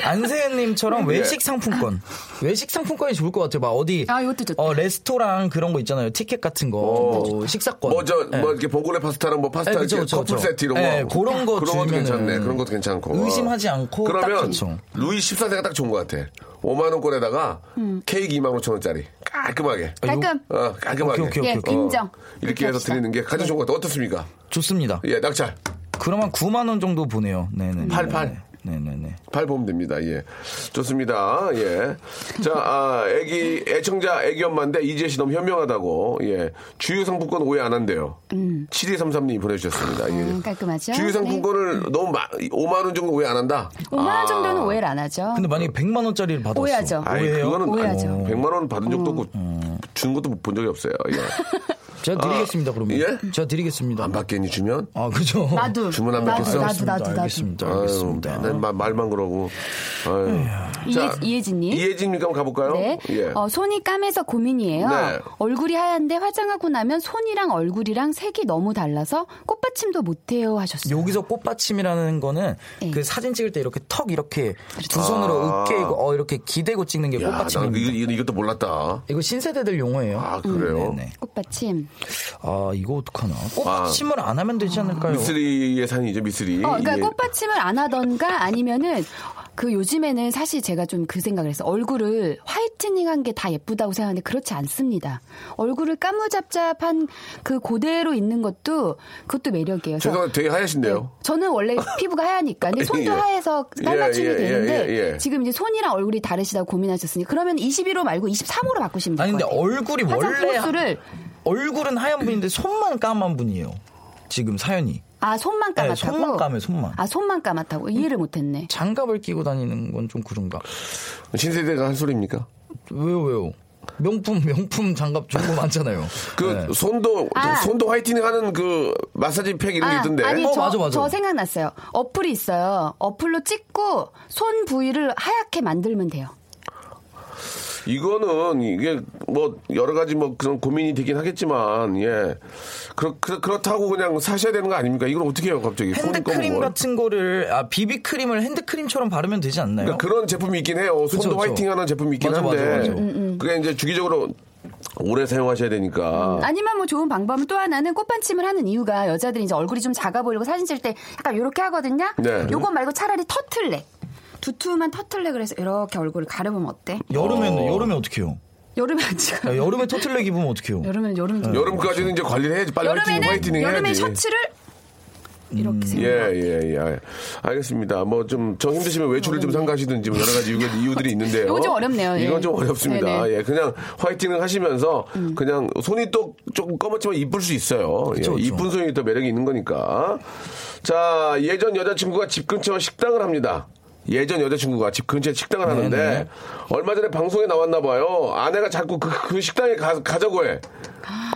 D: 안세현님처럼
A: 예.
D: 외식 상품권. 외식 상품권이 좋을 것 같아요. 막 어디.
E: 아, 이것도 좋다.
D: 어, 레스토랑 그런 거 있잖아요. 티켓 같은 거. 뭐 식사권.
A: 뭐, 저,
D: 예.
A: 뭐, 이렇게 봉골레 파스타랑 뭐, 파스타
D: 예, 그쵸,
A: 이렇게
D: 그쵸,
A: 커플
D: 그쵸.
A: 세트 이런 거.
D: 예, 그런 거
A: 그런 것도
D: 주면은
A: 괜찮네. 그런 것도 괜찮고.
D: 의심하지 않고 딱
A: 그러면,
D: 좋죠.
A: 루이 14세가 딱 좋은 것 같아. 5만원권에다가 케이크 2만5천원짜리. 깔끔하게.
E: 깔끔.
A: 어, 깔끔하게.
D: 아, 오케이,
E: 예,
D: 오케이.
E: 긍정.
A: 어, 이렇게 해서
E: 합시다.
A: 드리는 게 가장 좋은 것 같아요. 어떻습니까?
D: 좋습니다.
A: 예, 낙찰.
D: 그러면 9만원 정도 보내요. 네네.
A: 팔, 팔.
D: 네네네.
A: 팔 보면 됩니다. 예. 좋습니다. 예. 자, 아, 애기, 애청자 애기 엄마인데 이재 씨 너무 현명하다고. 예. 주유상품권 오해 안 한대요. 7233님이 보내주셨습니다. 예.
E: 음, 깔끔하죠.
A: 주유상품권을 너무 마, 5만원 정도 오해 안 한다? 아,
E: 5만 원 정도는 오해를 안 하죠.
D: 아. 근데 만약에 100만원짜리를 받았어.
E: 오해하죠. 음.
A: 아이,
D: 오해요?
A: 그거는
E: 오해하죠.
A: 100만원 받은 적도 없고, 준 것도 본 적이 없어요. 예.
D: 제가 드리겠습니다 그러면.
A: 예?
D: 제가 드리겠습니다.
A: 안 받겠니 주면?
D: 아 그죠.
E: 나도.
A: 주문 안
E: 나도,
A: 받겠어?
E: 나도, 나도, 나도.
D: 네, 알겠습니다.
A: 아유, 네,
D: 알겠습니다.
A: 맨날 마- 말만 그러고. 아유. 자,
E: 음. 이해- 이혜진님.
A: 이혜진님 한번 가볼까요?
E: 네.
A: 예.
E: 어, 손이 까매서 고민이에요.
A: 네.
E: 얼굴이 하얀데 화장하고 나면 손이랑 얼굴이랑 색이 너무 달라서 꽃받침도 못해요 하셨어요.
D: 여기서 꽃받침이라는 거는
E: 예. 그렇죠.
D: 그 사진 찍을 때 이렇게 턱 이렇게 두 손으로 으깨고 어, 이렇게 기대고 찍는 게
A: 아. 야, 난
D: 꽃받침입니다.
A: 이, 것도 몰랐다.
D: 이거 신세대들 용어예요.
A: 아, 그래요?
D: 음, 네네.
E: 꽃받침. 어,
D: 아 이거 어떡하나. 꽃받침을 안 하면 되지 않을까요?
A: 미쓰리의 산이죠, 미쓰리.
E: 어, 그러니까
A: 예.
E: 꽃받침을 안 하던가 아니면은 그 요즘에는 사실 제가 좀 그 생각을 했어. 요 얼굴을 화이트닝한 게 다 예쁘다고 생각하는데 그렇지 않습니다. 얼굴을 까무잡잡한 그 그대로 있는 것도 그것도 매력이에요. 그래서
A: 죄송한데 되게 하얗신데요.
E: 저는 원래 피부가 하얘니까 근데 손도
A: 예.
E: 하얘서 깔맞춤이
A: 예, 예,
E: 되는데
A: 예, 예.
E: 지금 이제 손이랑 얼굴이 다르시다고 고민하셨으니 그러면 21호 말고 23호로 바꾸시면
D: 아니
E: 될 것
D: 근데
E: 같아요.
D: 얼굴이
E: 화장
D: 원래
E: 코스를
D: 얼굴은 하얀 분인데 손만 까만 분이에요. 지금 사연이
E: 아 손만
D: 네,
E: 까맣다고.
D: 손만 까매, 손만.
E: 아 손만 까맣다고 이해를 못했네.
D: 장갑을 끼고 다니는 건 좀 그런가.
E: 네.
A: 신세대가 한 소리입니까?
D: 왜요 왜요? 명품 명품 장갑 좋은 거 많잖아요. 네.
A: 그 손도
E: 아.
A: 손도 화이팅 하는 그 마사지 팩 이런 게 있던데.
E: 아니
D: 어,
E: 저,
D: 맞아, 맞아.
E: 저 생각났어요. 어플이 있어요. 어플로 찍고 손 부위를 하얗게 만들면 돼요.
A: 이거는 이게 뭐 여러 가지 뭐 그런 고민이 되긴 하겠지만 예 그렇, 그렇, 다고 그냥 사셔야 되는 거 아닙니까? 이걸 어떻게 해요 갑자기? 손이 검은
D: 핸드크림
A: 걸.
D: 같은 거를 아 비비 크림을 핸드크림처럼 바르면 되지 않나요?
A: 그러니까 그런 제품이 있긴 해요. 손도
D: 그쵸.
A: 화이팅하는 제품이 있긴
D: 맞아,
A: 한데
D: 맞아,
E: 음,
D: 맞아.
A: 그게 이제 주기적으로 오래 사용하셔야 되니까.
E: 아니면 뭐 좋은 방법은 또 하나는 꽃받침을 하는 이유가 여자들이 이제 얼굴이 좀 작아 보이고 사진 찍을 때 약간 요렇게 하거든요.
A: 네.
E: 요거 말고 차라리 터틀넥. 두툼한 터틀넥을 해서 이렇게 얼굴을 가려보면 어때?
A: 그
D: 여름엔 여름에 어떻게요?
E: 여름에 안 찍어.
D: 야, 여름에 토틀렉 입으면 어떡해요?
E: 여름엔 여름 좀.
A: 아. 여름까지는 이제 관리를 해야지 빨리 화이팅, 화이팅 해야지. 음.
E: 음. 여름에는 여름에 셔츠를 이렇게 생각.
A: 예예예 알겠습니다. 뭐 좀 저 힘드시면 외출을 좀 삼가시든지 뭐 여러 가지 이유- 이유들이 있는데요.
E: 이거 좀 어렵네요. 예.
A: 이건 좀 어렵습니다.
E: 네네. 음.
A: 예, 그냥 화이팅을 하시면서 그냥 손이 또 조금 검었지만 이쁠 수 있어요. 예,
D: 그쵸.
A: 이쁜 손이 더 매력이 있는 거니까. 자 예전 여자친구가 집 근처 식당을 합니다. 예전 여자친구가 집 근처에 식당을 하는데
D: 네네.
A: 얼마 전에 방송에 나왔나 봐요. 아내가 자꾸 그, 그 식당에 가, 가자고 해.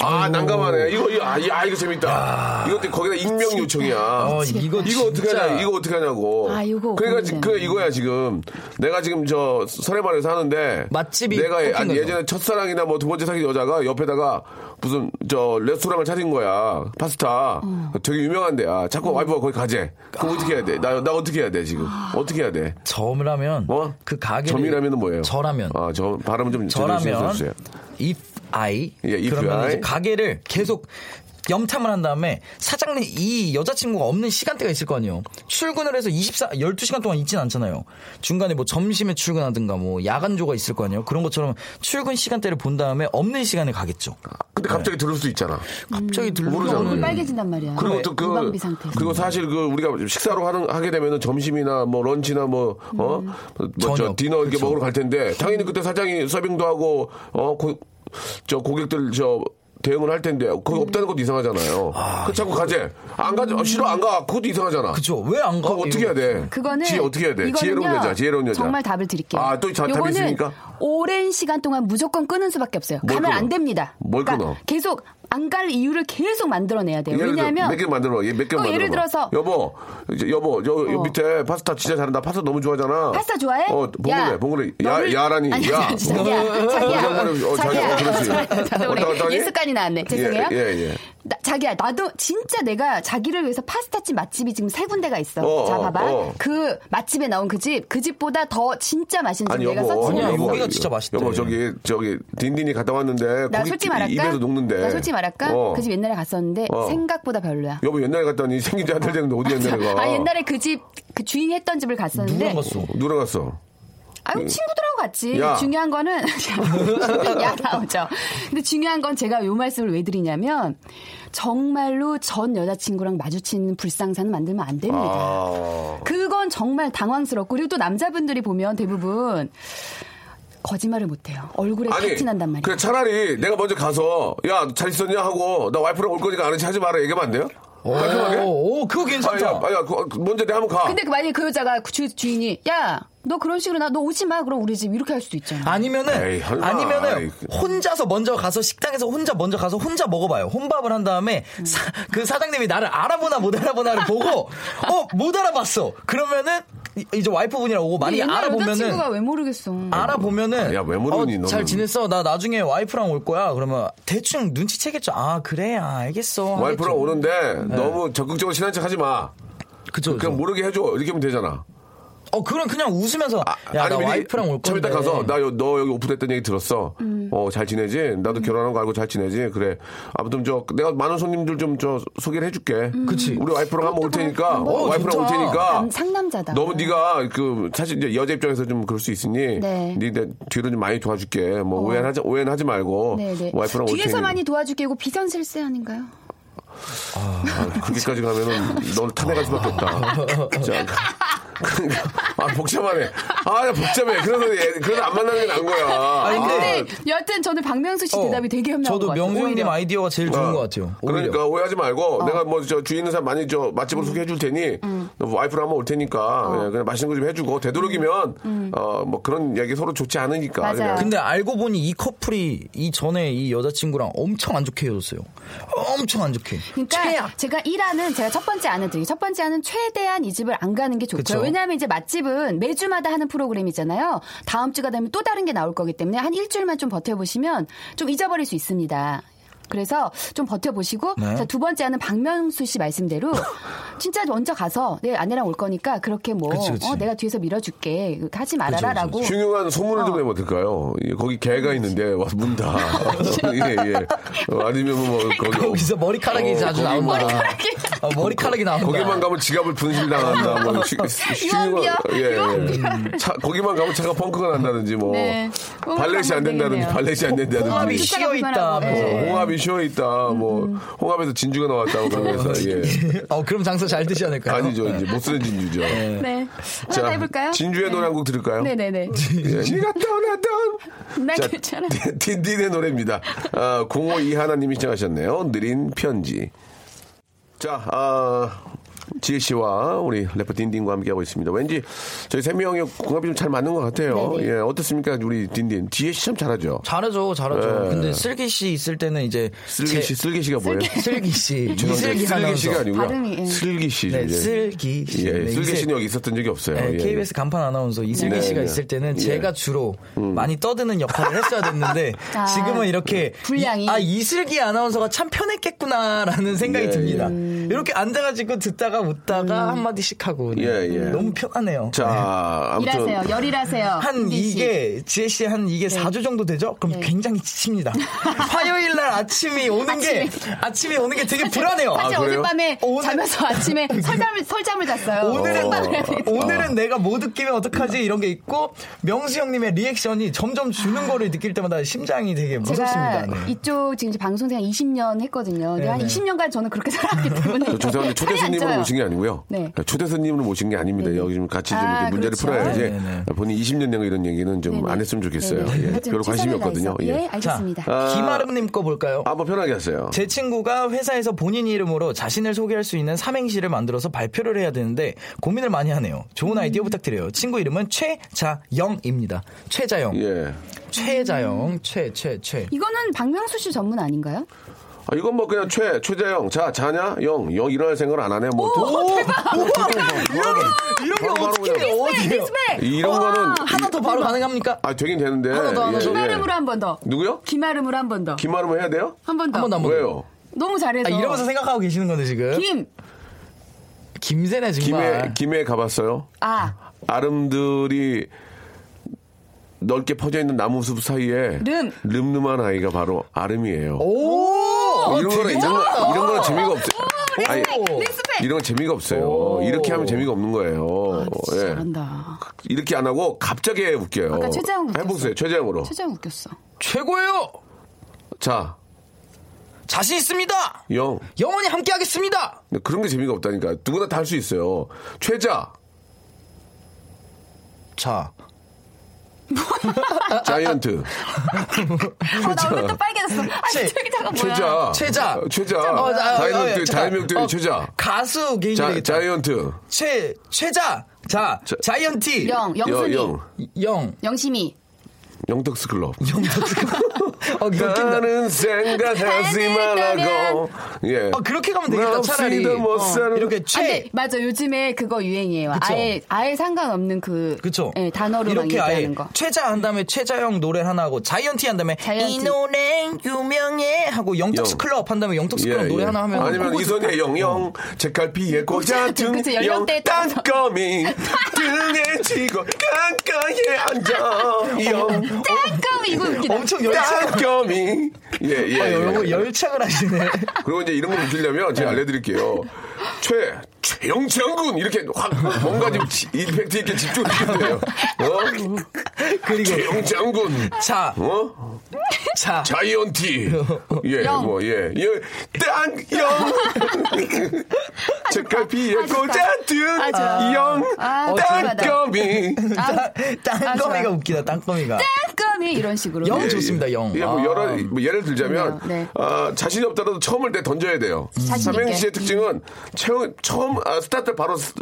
A: 아 난감하네. 이거 이거 아, 야, 이거 재밌다. 이것도 거기다 익명 요청이야.
D: 어, 이거
A: 이거 어떻게
D: 진짜-
A: 하냐, 이거 어떻게 하냐고.
E: 아, 이거
A: 그러니까,
E: 고민되네.
A: 지- 그, 이거야, 지금. 내가 지금 저, 설해반에서 하는데.
D: 맛집이
A: 내가 예,
D: 꽂힌
A: 아니,
D: 거죠.
A: 예전에 첫사랑이나 뭐 두 번째 사귄 여자가 옆에다가 무슨 저, 레스토랑을 차린 거야. 파스타.
E: 어.
A: 되게 유명한 데야. 자꾸 와이프가 거기 가재. 그럼 어떻게 해야 돼? 나, 나 어떻게 해야 돼, 지금? 어떻게 해야 돼?
D: 점이라면
A: 뭐?
D: 그 가게
A: 점이라면은 뭐예요?
D: 저라면
A: 아, 저, 발음 좀, 제대로
D: 저라면
A: 해주세요.
D: if I
A: 예, if
D: 그러면
A: I.
D: 이제 가게를 계속 염탐을 한 다음에 사장님 이 여자친구가 없는 시간대가 있을 거 아니에요. 출근을 해서 24 12시간 동안 있진 않잖아요. 중간에 뭐 점심에 출근하든가 뭐 야간조가 있을 거 아니에요. 그런 것처럼 출근 시간대를 본 다음에 없는 시간에 가겠죠.
A: 근데 갑자기 들을 수 있잖아.
E: 음.
D: 갑자기
A: 모르잖아요.
E: 얼굴
D: 들르면
E: 빨개진단 말이야.
A: 그리고 또 그,
E: 무방비 네, 상태에서.
A: 그리고 사실 그 우리가 식사로 하는 하게 되면은 점심이나 뭐 런치나 뭐 어, 뭐저
D: 저녁.
A: 디너 이렇게 먹으러 갈 텐데 당연히 그때 사장이 서빙도 하고 어, 고, 저 고객들 저 대응을 할 텐데 거기 없다는 것도 이상하잖아요. 그 자꾸 가재 안 가지 어, 싫어 안 가. 그것도 이상하잖아.
D: 그쵸. 왜 안 가?
A: 그거 어떻게 해야 돼?
E: 그거는
A: 지 어떻게 해야 돼?
E: 이거는요,
A: 지혜로운 여자, 지혜로운 여자.
E: 정말 답을 드릴게요.
A: 아, 또 자- 답이
E: 요거는
A: 있습니까?
E: 오랜 시간 동안 무조건 끊을 수밖에 없어요.
A: 뭘
E: 가면
A: 끊어?
E: 안 됩니다. 그러니까
A: 뭘 끊어?
E: 계속 안 갈 이유를 계속 만들어내야 돼요.
A: 예를 들어
E: 왜냐하면
A: 몇개 만들어 봐. 몇개
E: 어,
A: 만들어
E: 예를
A: 봐.
E: 들어서
A: 여보 이제 여보 저 여기
E: 어.
A: 밑에 파스타 진짜 잘한다 파스타 너무 좋아하잖아
E: 파스타 좋아해?
A: 어 봉그레
E: 야,
A: 봉그레
E: 너를-
A: 야 야라니
E: 아니,
A: 야
E: 아니, 자기야, 자기야,
A: 어, 어, 자기야,
E: 자기야,
A: 어, 그렇지.
E: 자기야,
A: 어디다 갔다 왔니?
E: 예 습관이 나왔네. 죄송해요.
A: 예, 예, 예.
E: 나- 자기야, 나도 진짜 내가 자기를 위해서 파스타집 맛집이 지금 세 군데가 있어.
A: 어,
E: 자,
A: 어,
E: 봐봐.
A: 어. 그
E: 그 맛집에 나온 그 집, 그 집보다 더 진짜 맛있는 집
A: 아니
E: 내가
A: 여보
E: 서치
D: 아니야,
E: 해봤어.
D: 여보. 고기가 진짜 맛있대.
A: 여보 저기 저기 딘딘이 갔다 왔는데
E: 나
A: 고기
E: 솔직히 말할까?
A: 입에서 녹는데
E: 나 솔직히 말할까?
A: 어.
E: 그 집 옛날에 갔었는데
A: 어.
E: 생각보다 별로야.
A: 여보 옛날에 갔더니 생긴 지 한 달 됐는데 어디 옛날에 가
E: 아 옛날에 그 집 그 주인이 했던 집을 갔었는데
D: 누구랑 갔어?
A: 누가 갔어
E: 아유 친구들하고 갔지.
A: 야.
E: 중요한 거는 야 나오죠. 근데 중요한 건 제가 요 말씀을 왜 드리냐면 정말로 전 여자친구랑 마주치는 불상사는 만들면 안 됩니다.
A: 아
E: 그건 정말 당황스럽고 그리고 또 남자분들이 보면 대부분 거짓말을 못해요. 얼굴에
A: 아니 그렇죠.
E: 파티 난단 말이에요.
A: 그래 차라리 내가 먼저 가서 야 잘 있었냐 하고 나 와이프랑 올 거니까 아는 체 하지 마라 얘기하면 안 돼요? 어,
D: 어.
A: 깔끔하게?
D: 오, 오, 그거
A: 아,
D: 괜찮다.
A: 야, 아, 야, 그, 그 먼저 내가 한번 가.
E: 근데 그 만약에 그 여자가 그 주, 주인이 야 너 그런 식으로 나 너 오지 마 그럼 우리 집 이렇게 할 수도 있잖아.
D: 아니면은
A: 에이, 설마.
D: 아니면은
A: 아이, 그-
D: 혼자서 먼저 가서 식당에서 혼자 먼저 가서 혼자 먹어봐요. 혼밥을 한 다음에 사- 그 사장님이 나를 알아보나 못 알아보나를 보고 어 못 알아봤어. 그러면은 이- 이제 와이프분이랑 오고
E: 근데
D: 많이
E: 옛날 여자친구가
D: 알아보면은
E: 왜 모르겠어.
D: 알아보면은
A: 음. 야, 왜 모르니,
D: 잘
A: 너는.
D: 지냈어 나 나중에 와이프랑 올 거야 그러면 대충 눈치채겠죠 아 그래 아 알겠어
A: 와이프랑
D: 하겠죠.
A: 오는데 너무 적극적으로 친한 척 하지 마.
D: 그쵸 네. 그쵸
A: 그냥 모르게 해줘. 이렇게 하면 되잖아.
D: 어 그럼 그냥 웃으면서 야 나
A: 아니면
D: 와이프랑 올
A: 참
D: 건데
A: 이따 가서 나 너 여기 오픈했던 얘기 들었어.
E: 음.
A: 어 잘 지내지? 나도 결혼한 거 알고 잘 지내지? 그래. 아무튼 저 내가 많은 손님들 좀 저 소개를 해줄게.
D: 음. 그치.
A: 우리 와이프랑 한번 올 테니까.
E: 방법.
A: 어, 와이프랑 올
D: 진짜.
A: 테니까.
E: 남- 상남자다.
A: 너무 네가 그 사실 이제 여자 입장에서 좀 그럴 수 있으니
E: 네. 어.
A: 네 내- 뒤로 좀 많이 도와줄게. 뭐 오해는 하지 오해는 하지 말고
E: 네네.
A: 와이프랑 올
E: 뒤에서
A: 테니.
E: 많이 도와줄게 이거 비선실세 아닌가요?
A: 아, 그렇게까지 가면은 널 탄핵할 수밖에 없다. 자, 그러니까 아 복잡하네. 아 복잡해. 그래서 얘- 그래서 안 만나는 게 나은 거야.
D: 아니, 근데
A: 아,
E: 근데 여하튼 저는 박명수 씨
D: 어,
E: 대답이 되게 현명한
D: 저도
E: 것 같아요.
D: 명수님
E: 오히려.
D: 아이디어가 제일 좋은 것 같아요 오히려.
A: 그러니까 오해하지 말고
E: 어.
A: 내가 뭐 저 주위 있는 사람 많이 저
E: 음.
A: 맛집으로 소개해 줄 테니 너 와이프랑 한번 올 테니까
E: 어.
A: 예, 그냥 맛있는 거 좀 해주고 되도록이면 어 뭐 그런 얘기 서로 좋지 않으니까
E: 음. 맞아요.
A: 그냥.
D: 근데 알고 보니 이 커플이 이 전에 이 여자친구랑 엄청 안 좋게 헤어졌어요. 엄청 안 좋게.
E: 그러니까 제가 일화는 제가 첫 번째 아는 드리 첫 번째 아는 최대한 이 집을 안 가는 게 좋고요.
D: 그쵸.
E: 왜냐하면 이제 맛집은 매주마다 하는 프로그램이잖아요. 다음 주가 되면 또 다른 게 나올 거기 때문에 한 일주일만 좀 버텨보시면 좀 잊어버릴 수 있습니다. 그래서 좀 버텨보시고
D: 네.
E: 자, 두 번째 하는 박명수 씨 말씀대로 진짜 먼저 가서 내 아내랑 올 거니까 그렇게 뭐
D: 그치, 그치.
E: 어, 내가 뒤에서 밀어줄게 하지 말아라라고
A: 중요한 소문을 좀 내면 어떨까요? 예, 거기 개가 있는데 와서 문다. 예, 예. 어, 아니면 뭐 거기
D: 거기서 머리카락이
A: 어, 거기
D: 자주 나온다. 아,
A: 뭐-
D: 머리카락이, 나온다.
A: 거기만 가면 지갑을 분실당한다. 뭐 쉬- 쉬-
E: 유언비어,
A: 예, 예.
E: 유언비어.
A: 차, 거기만 가면 차가 펑크가 난다든지 뭐
E: 네. 그거
A: 발렛이 안
E: 가면
A: 된다든지
E: 되겠네요.
A: 발렛이 안
D: 홍합이 음.
A: 된다든지.
D: 쉬어 있다.
E: 네.
A: 뭐
D: 뭐.
A: 홍합이 쉬어 있다. 뭐 홍합에서 진주가 나왔다고 그러면서 예.
D: 어 그럼 장사 잘 되지 않을까요?
A: 아니죠 이제 못 쓰는 진주죠.
E: 네. 하나 해볼까요? 네.
A: 진주의
D: 네.
A: 노래 한 곡 들을까요?
E: 네네네.
A: 예. 네가 떠났던
E: 나
A: 자,
E: 괜찮아.
A: 딘딘의 노래입니다. 아, 05 이하나님이 시청하셨네요. 느린 편지. 자, 아, 지혜 씨와 우리 래퍼 딘딘과 함께하고 있습니다. 왠지 저희 세 명이 궁합이 좀 잘 맞는 것 같아요.
E: 네네.
A: 예, 어떻습니까? 우리 딘딘. 지혜 씨 참 잘하죠?
D: 잘하죠, 잘하죠.
A: 예.
D: 근데 슬기 씨 있을 때는 이제
A: 슬기 씨, 슬기 씨가 뭐예요?
D: 슬기 씨,
A: 죄송한데
D: 이슬기
A: 슬기
D: 아나운서.
A: 씨가 아니고요.
E: 발음이, 예.
A: 슬기 씨. 좀
D: 네,
A: 이제.
D: 슬기 씨.
A: 예,
D: 네,
A: 슬기
D: 이슬-
A: 씨는 여기 있었던 적이 없어요.
D: 네,
A: 예.
D: KBS 간판 아나운서 이슬기
A: 네,
D: 씨가
A: 네.
D: 있을 때는
A: 예. 음.
D: 제가 주로 많이 떠드는 역할을 했어야 됐는데
E: 아,
D: 지금은 이렇게
E: 분량이.
D: 이- 아 이슬기 아나운서가 참 편했겠구나라는 생각이
A: 예,
D: 듭니다.
E: 음.
D: 이렇게 앉아가지고 듣다가 웃다가 한마디씩 하고 네.
A: 예, 예.
D: 너무 편하네요.
A: 자, 아무튼.
E: 일하세요. 열일하세요.
D: 한
E: 딘딘 씨. 네.
D: 이게 지혜 씨 한 이게 4주 정도 되죠? 그럼 굉장히 지칩니다. 화요일 날 아침이 오는 게 아침이 오는 게 되게 불안해요.
E: 사실
A: 아, 그래요? 네.
E: 어젯밤에
D: 오늘-
E: 자면서 아침에 설잠을 설잠을 잤어요.
D: 오늘은
E: 생방을 해야 되겠다.
D: 오늘은 내가 못 웃기면 어떡하지 이런 게 있고 명수 형님의 리액션이 점점 주는 거를 느낄 때마다 심장이 되게
E: 제가
D: 무섭습니다. 네.
E: 이쪽 지금 방송생 20년 했거든요. 근데 한
D: 네네.
E: 20년간 저는 그렇게 살았기 때문에.
A: 저 죄송한데 초대
E: 살이 안
A: 손님으로
E: 쪄요.
A: 모신 게 아니고요. 그러니까
E: 네.
A: 초대 손님으로 모신 게 아닙니다. 여기 좀 같이 좀
E: 아,
A: 이렇게 문제를
E: 그렇죠.
A: 풀어야지
D: 네네.
A: 본인 20년 된 거 이런 얘기는 좀
E: 네네.
A: 안 했으면 좋겠어요.
E: 네네.
A: 예.
E: 하여튼
A: 별로 관심이
E: 최선을 다해서.
A: 없거든요.
E: 예,
A: 예.
E: 알겠습니다.
A: 아.
D: 김아름님 거 볼까요?
A: 아, 뭐 편하게 하세요.
D: 제 친구가 회사에서 본인 이름으로 자신을 소개할 수 있는 삼행시를 만들어서 발표를 해야 되는데 고민을 많이 하네요.
E: 음.
D: 좋은 아이디어 부탁드려요. 친구 이름은 최자영입니다. 최자영,
A: 예.
D: 최자영, 최, 최, 최.
E: 이거는 박명수 씨 전문 아닌가요?
A: 아, 이건 뭐 그냥 최, 최재영. 자, 자냐? 영. 영 일어날 생각을 안 하네. 뭐. 또-
D: 오,
E: 아,
D: 대박! 이런 게
A: 바로, 바로
D: 어떻게
A: 아, 그냥.
E: 네,
D: 어디에요?
A: 이런 거는.
D: 하나 더 바로 가능합니까?
A: 아, 되긴 되는데.
E: 어,
A: 예.
D: 하나 더, 하나 더.
E: 김아름으로 한 번 더.
A: 누구요?
E: 김아름으로 한 번 더.
A: 김아름 해야 돼요?
E: 한 번 더.
D: 한번 더, 한번 더.
A: 왜요?
E: 너무 잘해서.
D: 아, 이러면서 생각하고 계시는 건데 지금
E: 김.
D: 김세네
A: 김해,
D: 정말
A: 김해 가봤어요?
E: 아.
A: 아름들이 넓게 퍼져 있는 나무숲 사이에
E: 름.
A: 름름한 아이가 바로 아름이에요.
D: 오
A: 이런 거는
D: 되게
A: 이런 거 이런 거는
D: 잘한다.
A: 재미가 없어요. 아니,
E: 리스펙.
A: 이런 건 재미가 없어요.
D: 오.
A: 이렇게 하면 재미가 없는 거예요.
E: 진짜
A: 예.
E: 아, 잘한다.
A: 이렇게 안 하고 갑자기 웃겨요.
E: 아까 최재형 웃겼어.
A: 해보세요. 최재형으로.
E: 최장 웃겼어. 아,
D: 최고예요
A: 자,
D: 자신 있습니다
A: 영.
D: 영원히 함께하겠습니다
A: 근데 그런 게 재미가 없다니까. 누구나 다 할 수 있어요. 최자.
D: 자
A: 자이언트.
E: 어, 나 얼굴 또 빨개졌어. 아니, 저기다가 뭐야.
A: 최자.
F: 최자.
D: 아,
A: 최자.
F: 어, 나- 어,
A: 다이언트,
F: 어, 잠깐.
A: 다이언트
F: 어,
A: 최자.
D: 그
F: 가수 개인
A: 자,
F: 되겠다.
A: 자이언트.
F: 최 최자. 자,
A: 자-
F: 자이언티.
E: 영, 영순이.
A: 여, 영.
F: 영.
E: 영심이.
A: 영덕스 클럽.
F: 어, 이거 웃긴다.
A: 나는 생각하지 말라고. 예.
F: 어, 그렇게 가면 되겠다, 차라리.
A: 없이도 못
F: 어,
A: 사는-
F: 이렇게
E: 아,
F: 최.
E: 근데 맞아. 요즘에 그거 유행이에요.
F: 그쵸?
E: 아예 아예 상관없는 그
F: 그쵸?
E: 예, 단어로 막
F: 이렇게 아예
E: 얘기하는 거.
F: 최자 한 다음에 최자영 노래 하나 하고 자이언티 한 다음에
E: 자이언티.
F: 이 노래 유명해 하고 영턱스
A: 영.
F: 클럽 한 다음에 영턱스 클럽
A: 예,
F: 노래
A: 예.
F: 하나 하면 어.
A: 아니면
F: 꼭
A: 이소녀 영영 제칼피에 고자 등
E: 그치, 연령대에 따라서.
A: 땅거미 등에 지고 강가에 앉아 영
E: 땡끔 이거 웃기다.
F: 엄청 열창
A: 땅거미 예예
F: 아, 여러분 열창을 하시네
A: 그리고 이제 이런 걸 웃기려면 제가
F: 네.
A: 알려드릴게요. 최, 최영창군! 이렇게 확, 뭔가 좀 지- 임팩트 있게 집중해야 돼요.
F: 아,
A: 어?
F: 그리고
A: 최영창군!
F: 자,
A: 어?
E: 아,
F: 자,
A: 자이언티! 예,
E: 영.
A: 뭐, 예. 예. 땅, 영! 책갈피에
E: 아, 좋다.
A: 꽂아둔
E: 아, 좋아.
A: 영!
E: 아,
F: 어,
A: 땅,
E: 좋아하다.
A: 거미!
F: 땅거미가
E: 아, 좋아요. 네,
F: 웃기다 땅거미가
E: 땡끔이 이런 식으로.
F: 영 좋습니다 영
A: 예, 뭐
F: 아.
A: 여러, 뭐 예를 들자면
E: 네, 네.
A: 아, 자신이 없더라도 처음을 때 던져야 돼요.
E: 자신 있게. 음.
A: 삼행시의 특징은 처음, 처음 아, 스타트 바로 스-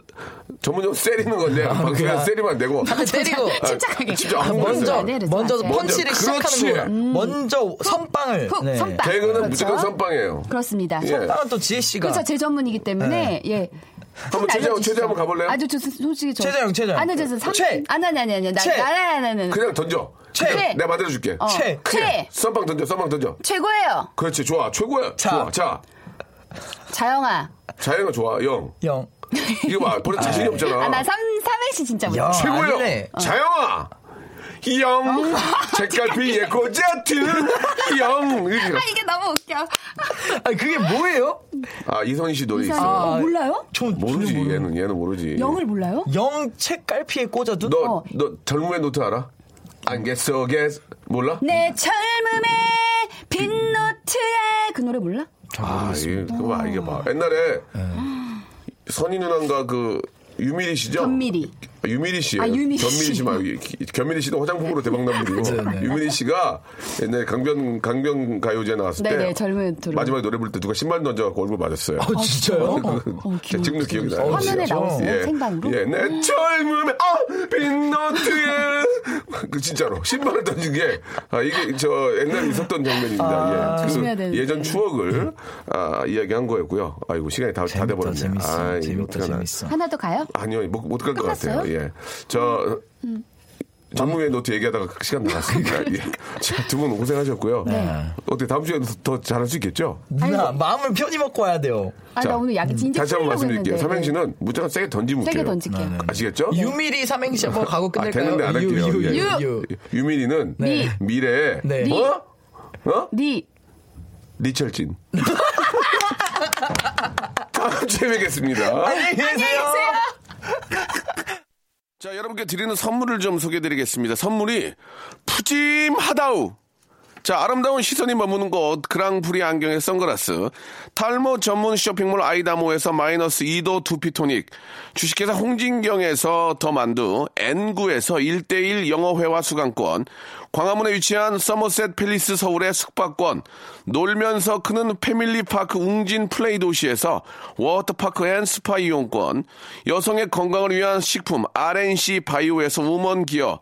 A: 전문적으로 세리는 건데
E: 아,
A: 방송에서 세리면 안 되고
E: 그렇죠.
F: 아, 때리고
A: 아,
E: 침착하게.
A: 진짜
E: 아,
A: 한
F: 먼저
A: 번에서
E: 네, 네,
F: 먼저
E: 맞아요.
F: 펀치를
A: 먼저,
F: 시작하는
A: 그렇지. 음.
F: 거예요 먼저 선빵을
E: 훅,
F: 네.
E: 선빵.
A: 대그는
E: 그렇죠.
A: 무조건 선빵이에요.
E: 그렇습니다.
A: 예.
F: 선빵은 또 지혜 씨가
E: 그렇죠. 제 전문이기
F: 네.
E: 때문에 예.
A: 한번 최재-
E: 알려주시죠.
A: 최재 한번 가볼래요?
E: 아주 저 솔직히 저.
F: 최재형, 최재형.
E: 아니 저삼
F: 최.
E: 아니 아니 아니 아니. 나
F: 최.
E: 나나 나나 나.
A: 그냥 던져.
F: 최.
A: 그냥 내가 만들어줄게.
E: 어.
F: 최.
E: 최.
A: 선빵 던져, 선빵 던져.
E: 최고예요.
A: 그렇지, 좋아. 최고야.
F: 자.
A: 좋아. 자,
E: 자영아.
A: 자연아 좋아. 영.
F: 영
A: 이거 봐. 벌써 자신이 없잖아.
E: 아, 나 삼, 삼행시 진짜 못해.
F: 영.
A: 최고요.
F: 아니네.
A: 자영아. 영. 제깔피에 고자튼 영. 이렇게.
E: 아, 이게 너무 웃겨.
F: 아 그게 뭐예요
A: 아 이선희 씨 노래 있어.
E: 아,
A: 요 예.
E: 어, 몰라요?
F: 저
A: 모르지 얘는 얘는 모르지.
E: 영을 몰라요?
F: 영책 깔피에 꽂아둔
A: 너 너
E: 어.
A: 젊음의 노트 알아? 안개 속에 몰라?
E: 내 젊음의 빈노트에 그 노래 몰라?
A: 아 이게 그봐 이게 봐. 옛날에
F: 네.
A: 선희 누나가 그 유미리 씨죠?
E: 견미리.
A: 아, 유미리 씨.
E: 아, 유미리
A: 견미리
E: 씨.
A: 씨 말고 이- 견미리 씨도 화장품으로 대박난 분이고
F: 네,
A: 유미리 씨가 옛날에 강변 강변 가요제 나왔을
E: 네네,
A: 때
E: 젊은 노래.
A: 마지막 노래 부를 때 누가 신발 던져갖고 얼굴 맞았어요. 그,
F: 아 진짜요
E: 어,
A: 제가 찍는 네, 기억이 나요.
F: 어,
E: 화면에
F: 진짜?
E: 나왔어요? 생방으로?
A: 예, 내 젊음의 아, 빈노트에 그 진짜로 신발을 던진 게 아, 이게 저 옛날에 있었던 장면입니다. 예. 그
E: 아, 조심해야 되는데.
A: 예전 추억을 아, 이야기한 거였고요. 아이고 시간이 다, 다
F: 재밌다
A: 돼버렸네.
F: 재밌어
A: 아이,
F: 재밌다
A: 어떡하나.
F: 재밌어
E: 하나 더 가요?
A: 아니요, 못갈 것
E: 끝났어요? 음.
A: 같아요. 예, 저 전무의 노트 얘기하다가 시간 나갔습니다. 예. 두분 고생하셨고요.
F: 네.
A: 어떻게 다음 주에 더 잘할 수 있겠죠?
F: 누나 마음을 편히 먹고 와야 돼요
E: 아,
A: 자, 음.
E: 나 오늘 약 진짜
A: 다시 한번
E: 풀리려고
A: 말씀드릴게요.
E: 했는데.
A: 삼행시는 무조건 세게 던지면
E: 세게
A: 웃겨요.
E: 던질게요.
A: 아시겠죠?
F: 유미리 삼행시 한번 가고
A: 아,
F: 끝낼까요
A: 됐는데 안 할게요.
F: 유, 유,
A: 예.
F: 유.
A: 유민이는
E: 네.
A: 미래에
F: 네.
A: 어? 어?
E: 니.
A: 리철진. 다음 주에 뵙겠습니다.
F: 계세요.
A: 자, 여러분께 드리는 선물을 좀 소개해드리겠습니다. 선물이 푸짐하다우. 자, 아름다운 시선이 머무는 곳, 그랑프리 안경의 선글라스, 탈모 전문 쇼핑몰 아이다모에서 마이너스 2도 두피토닉, 주식회사 홍진경에서 더 만두, N9에서 1대1 영어회화 수강권, 광화문에 위치한 서머셋 팰리스 서울의 숙박권, 놀면서 크는 패밀리파크 웅진 플레이 도시에서 워터파크 앤 스파 이용권, 여성의 건강을 위한 식품 RNC 바이오에서 우먼 기어,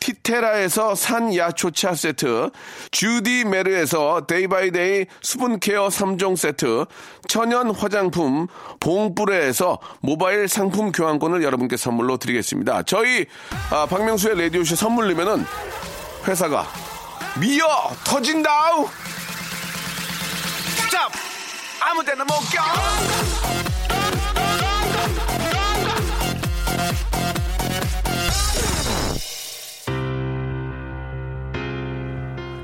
A: 티테라에서 산야초차 세트, 주디 메르에서 데이바이데이 수분케어 3종 세트, 천연 화장품 봉뿌레에서 모바일 상품 교환권을 여러분께 선물로 드리겠습니다. 저희 아, 박명수의 라디오쇼 선물 내면은 회사가 미어 터진다우 짭 아무 데나 못 껴.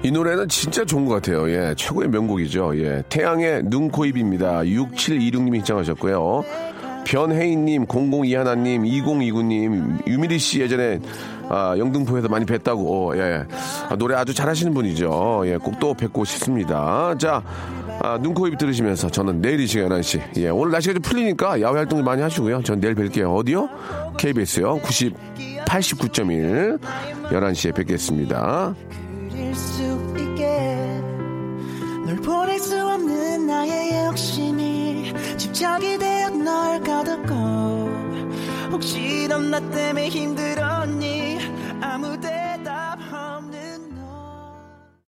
A: 이 노래는 진짜 좋은 것 같아요. 예, 최고의 명곡이죠. 예, 태양의 눈, 코, 입입니다. 6726님이 신청하셨고요. 변혜인님, 0021님, 2029님, 유미리 씨 예전에 아, 영등포에서 많이 뵀다고, 예. 아, 노래 아주 잘하시는 분이죠. 예, 꼭 또 뵙고 싶습니다. 자, 아, 눈, 코, 입 들으시면서 저는 내일 이 시간 11시. 예, 오늘 날씨가 좀 풀리니까 야외 활동 좀 많이 하시고요. 전 내일 뵐게요. 어디요? KBS요. 90, 89.1. 11시에 뵙겠습니다.
G: 그릴 수 있게 널 보낼 수 없는 나의 욕심이 집착이 되어 널 가뒀고 혹시 넌 나 때문에 힘들어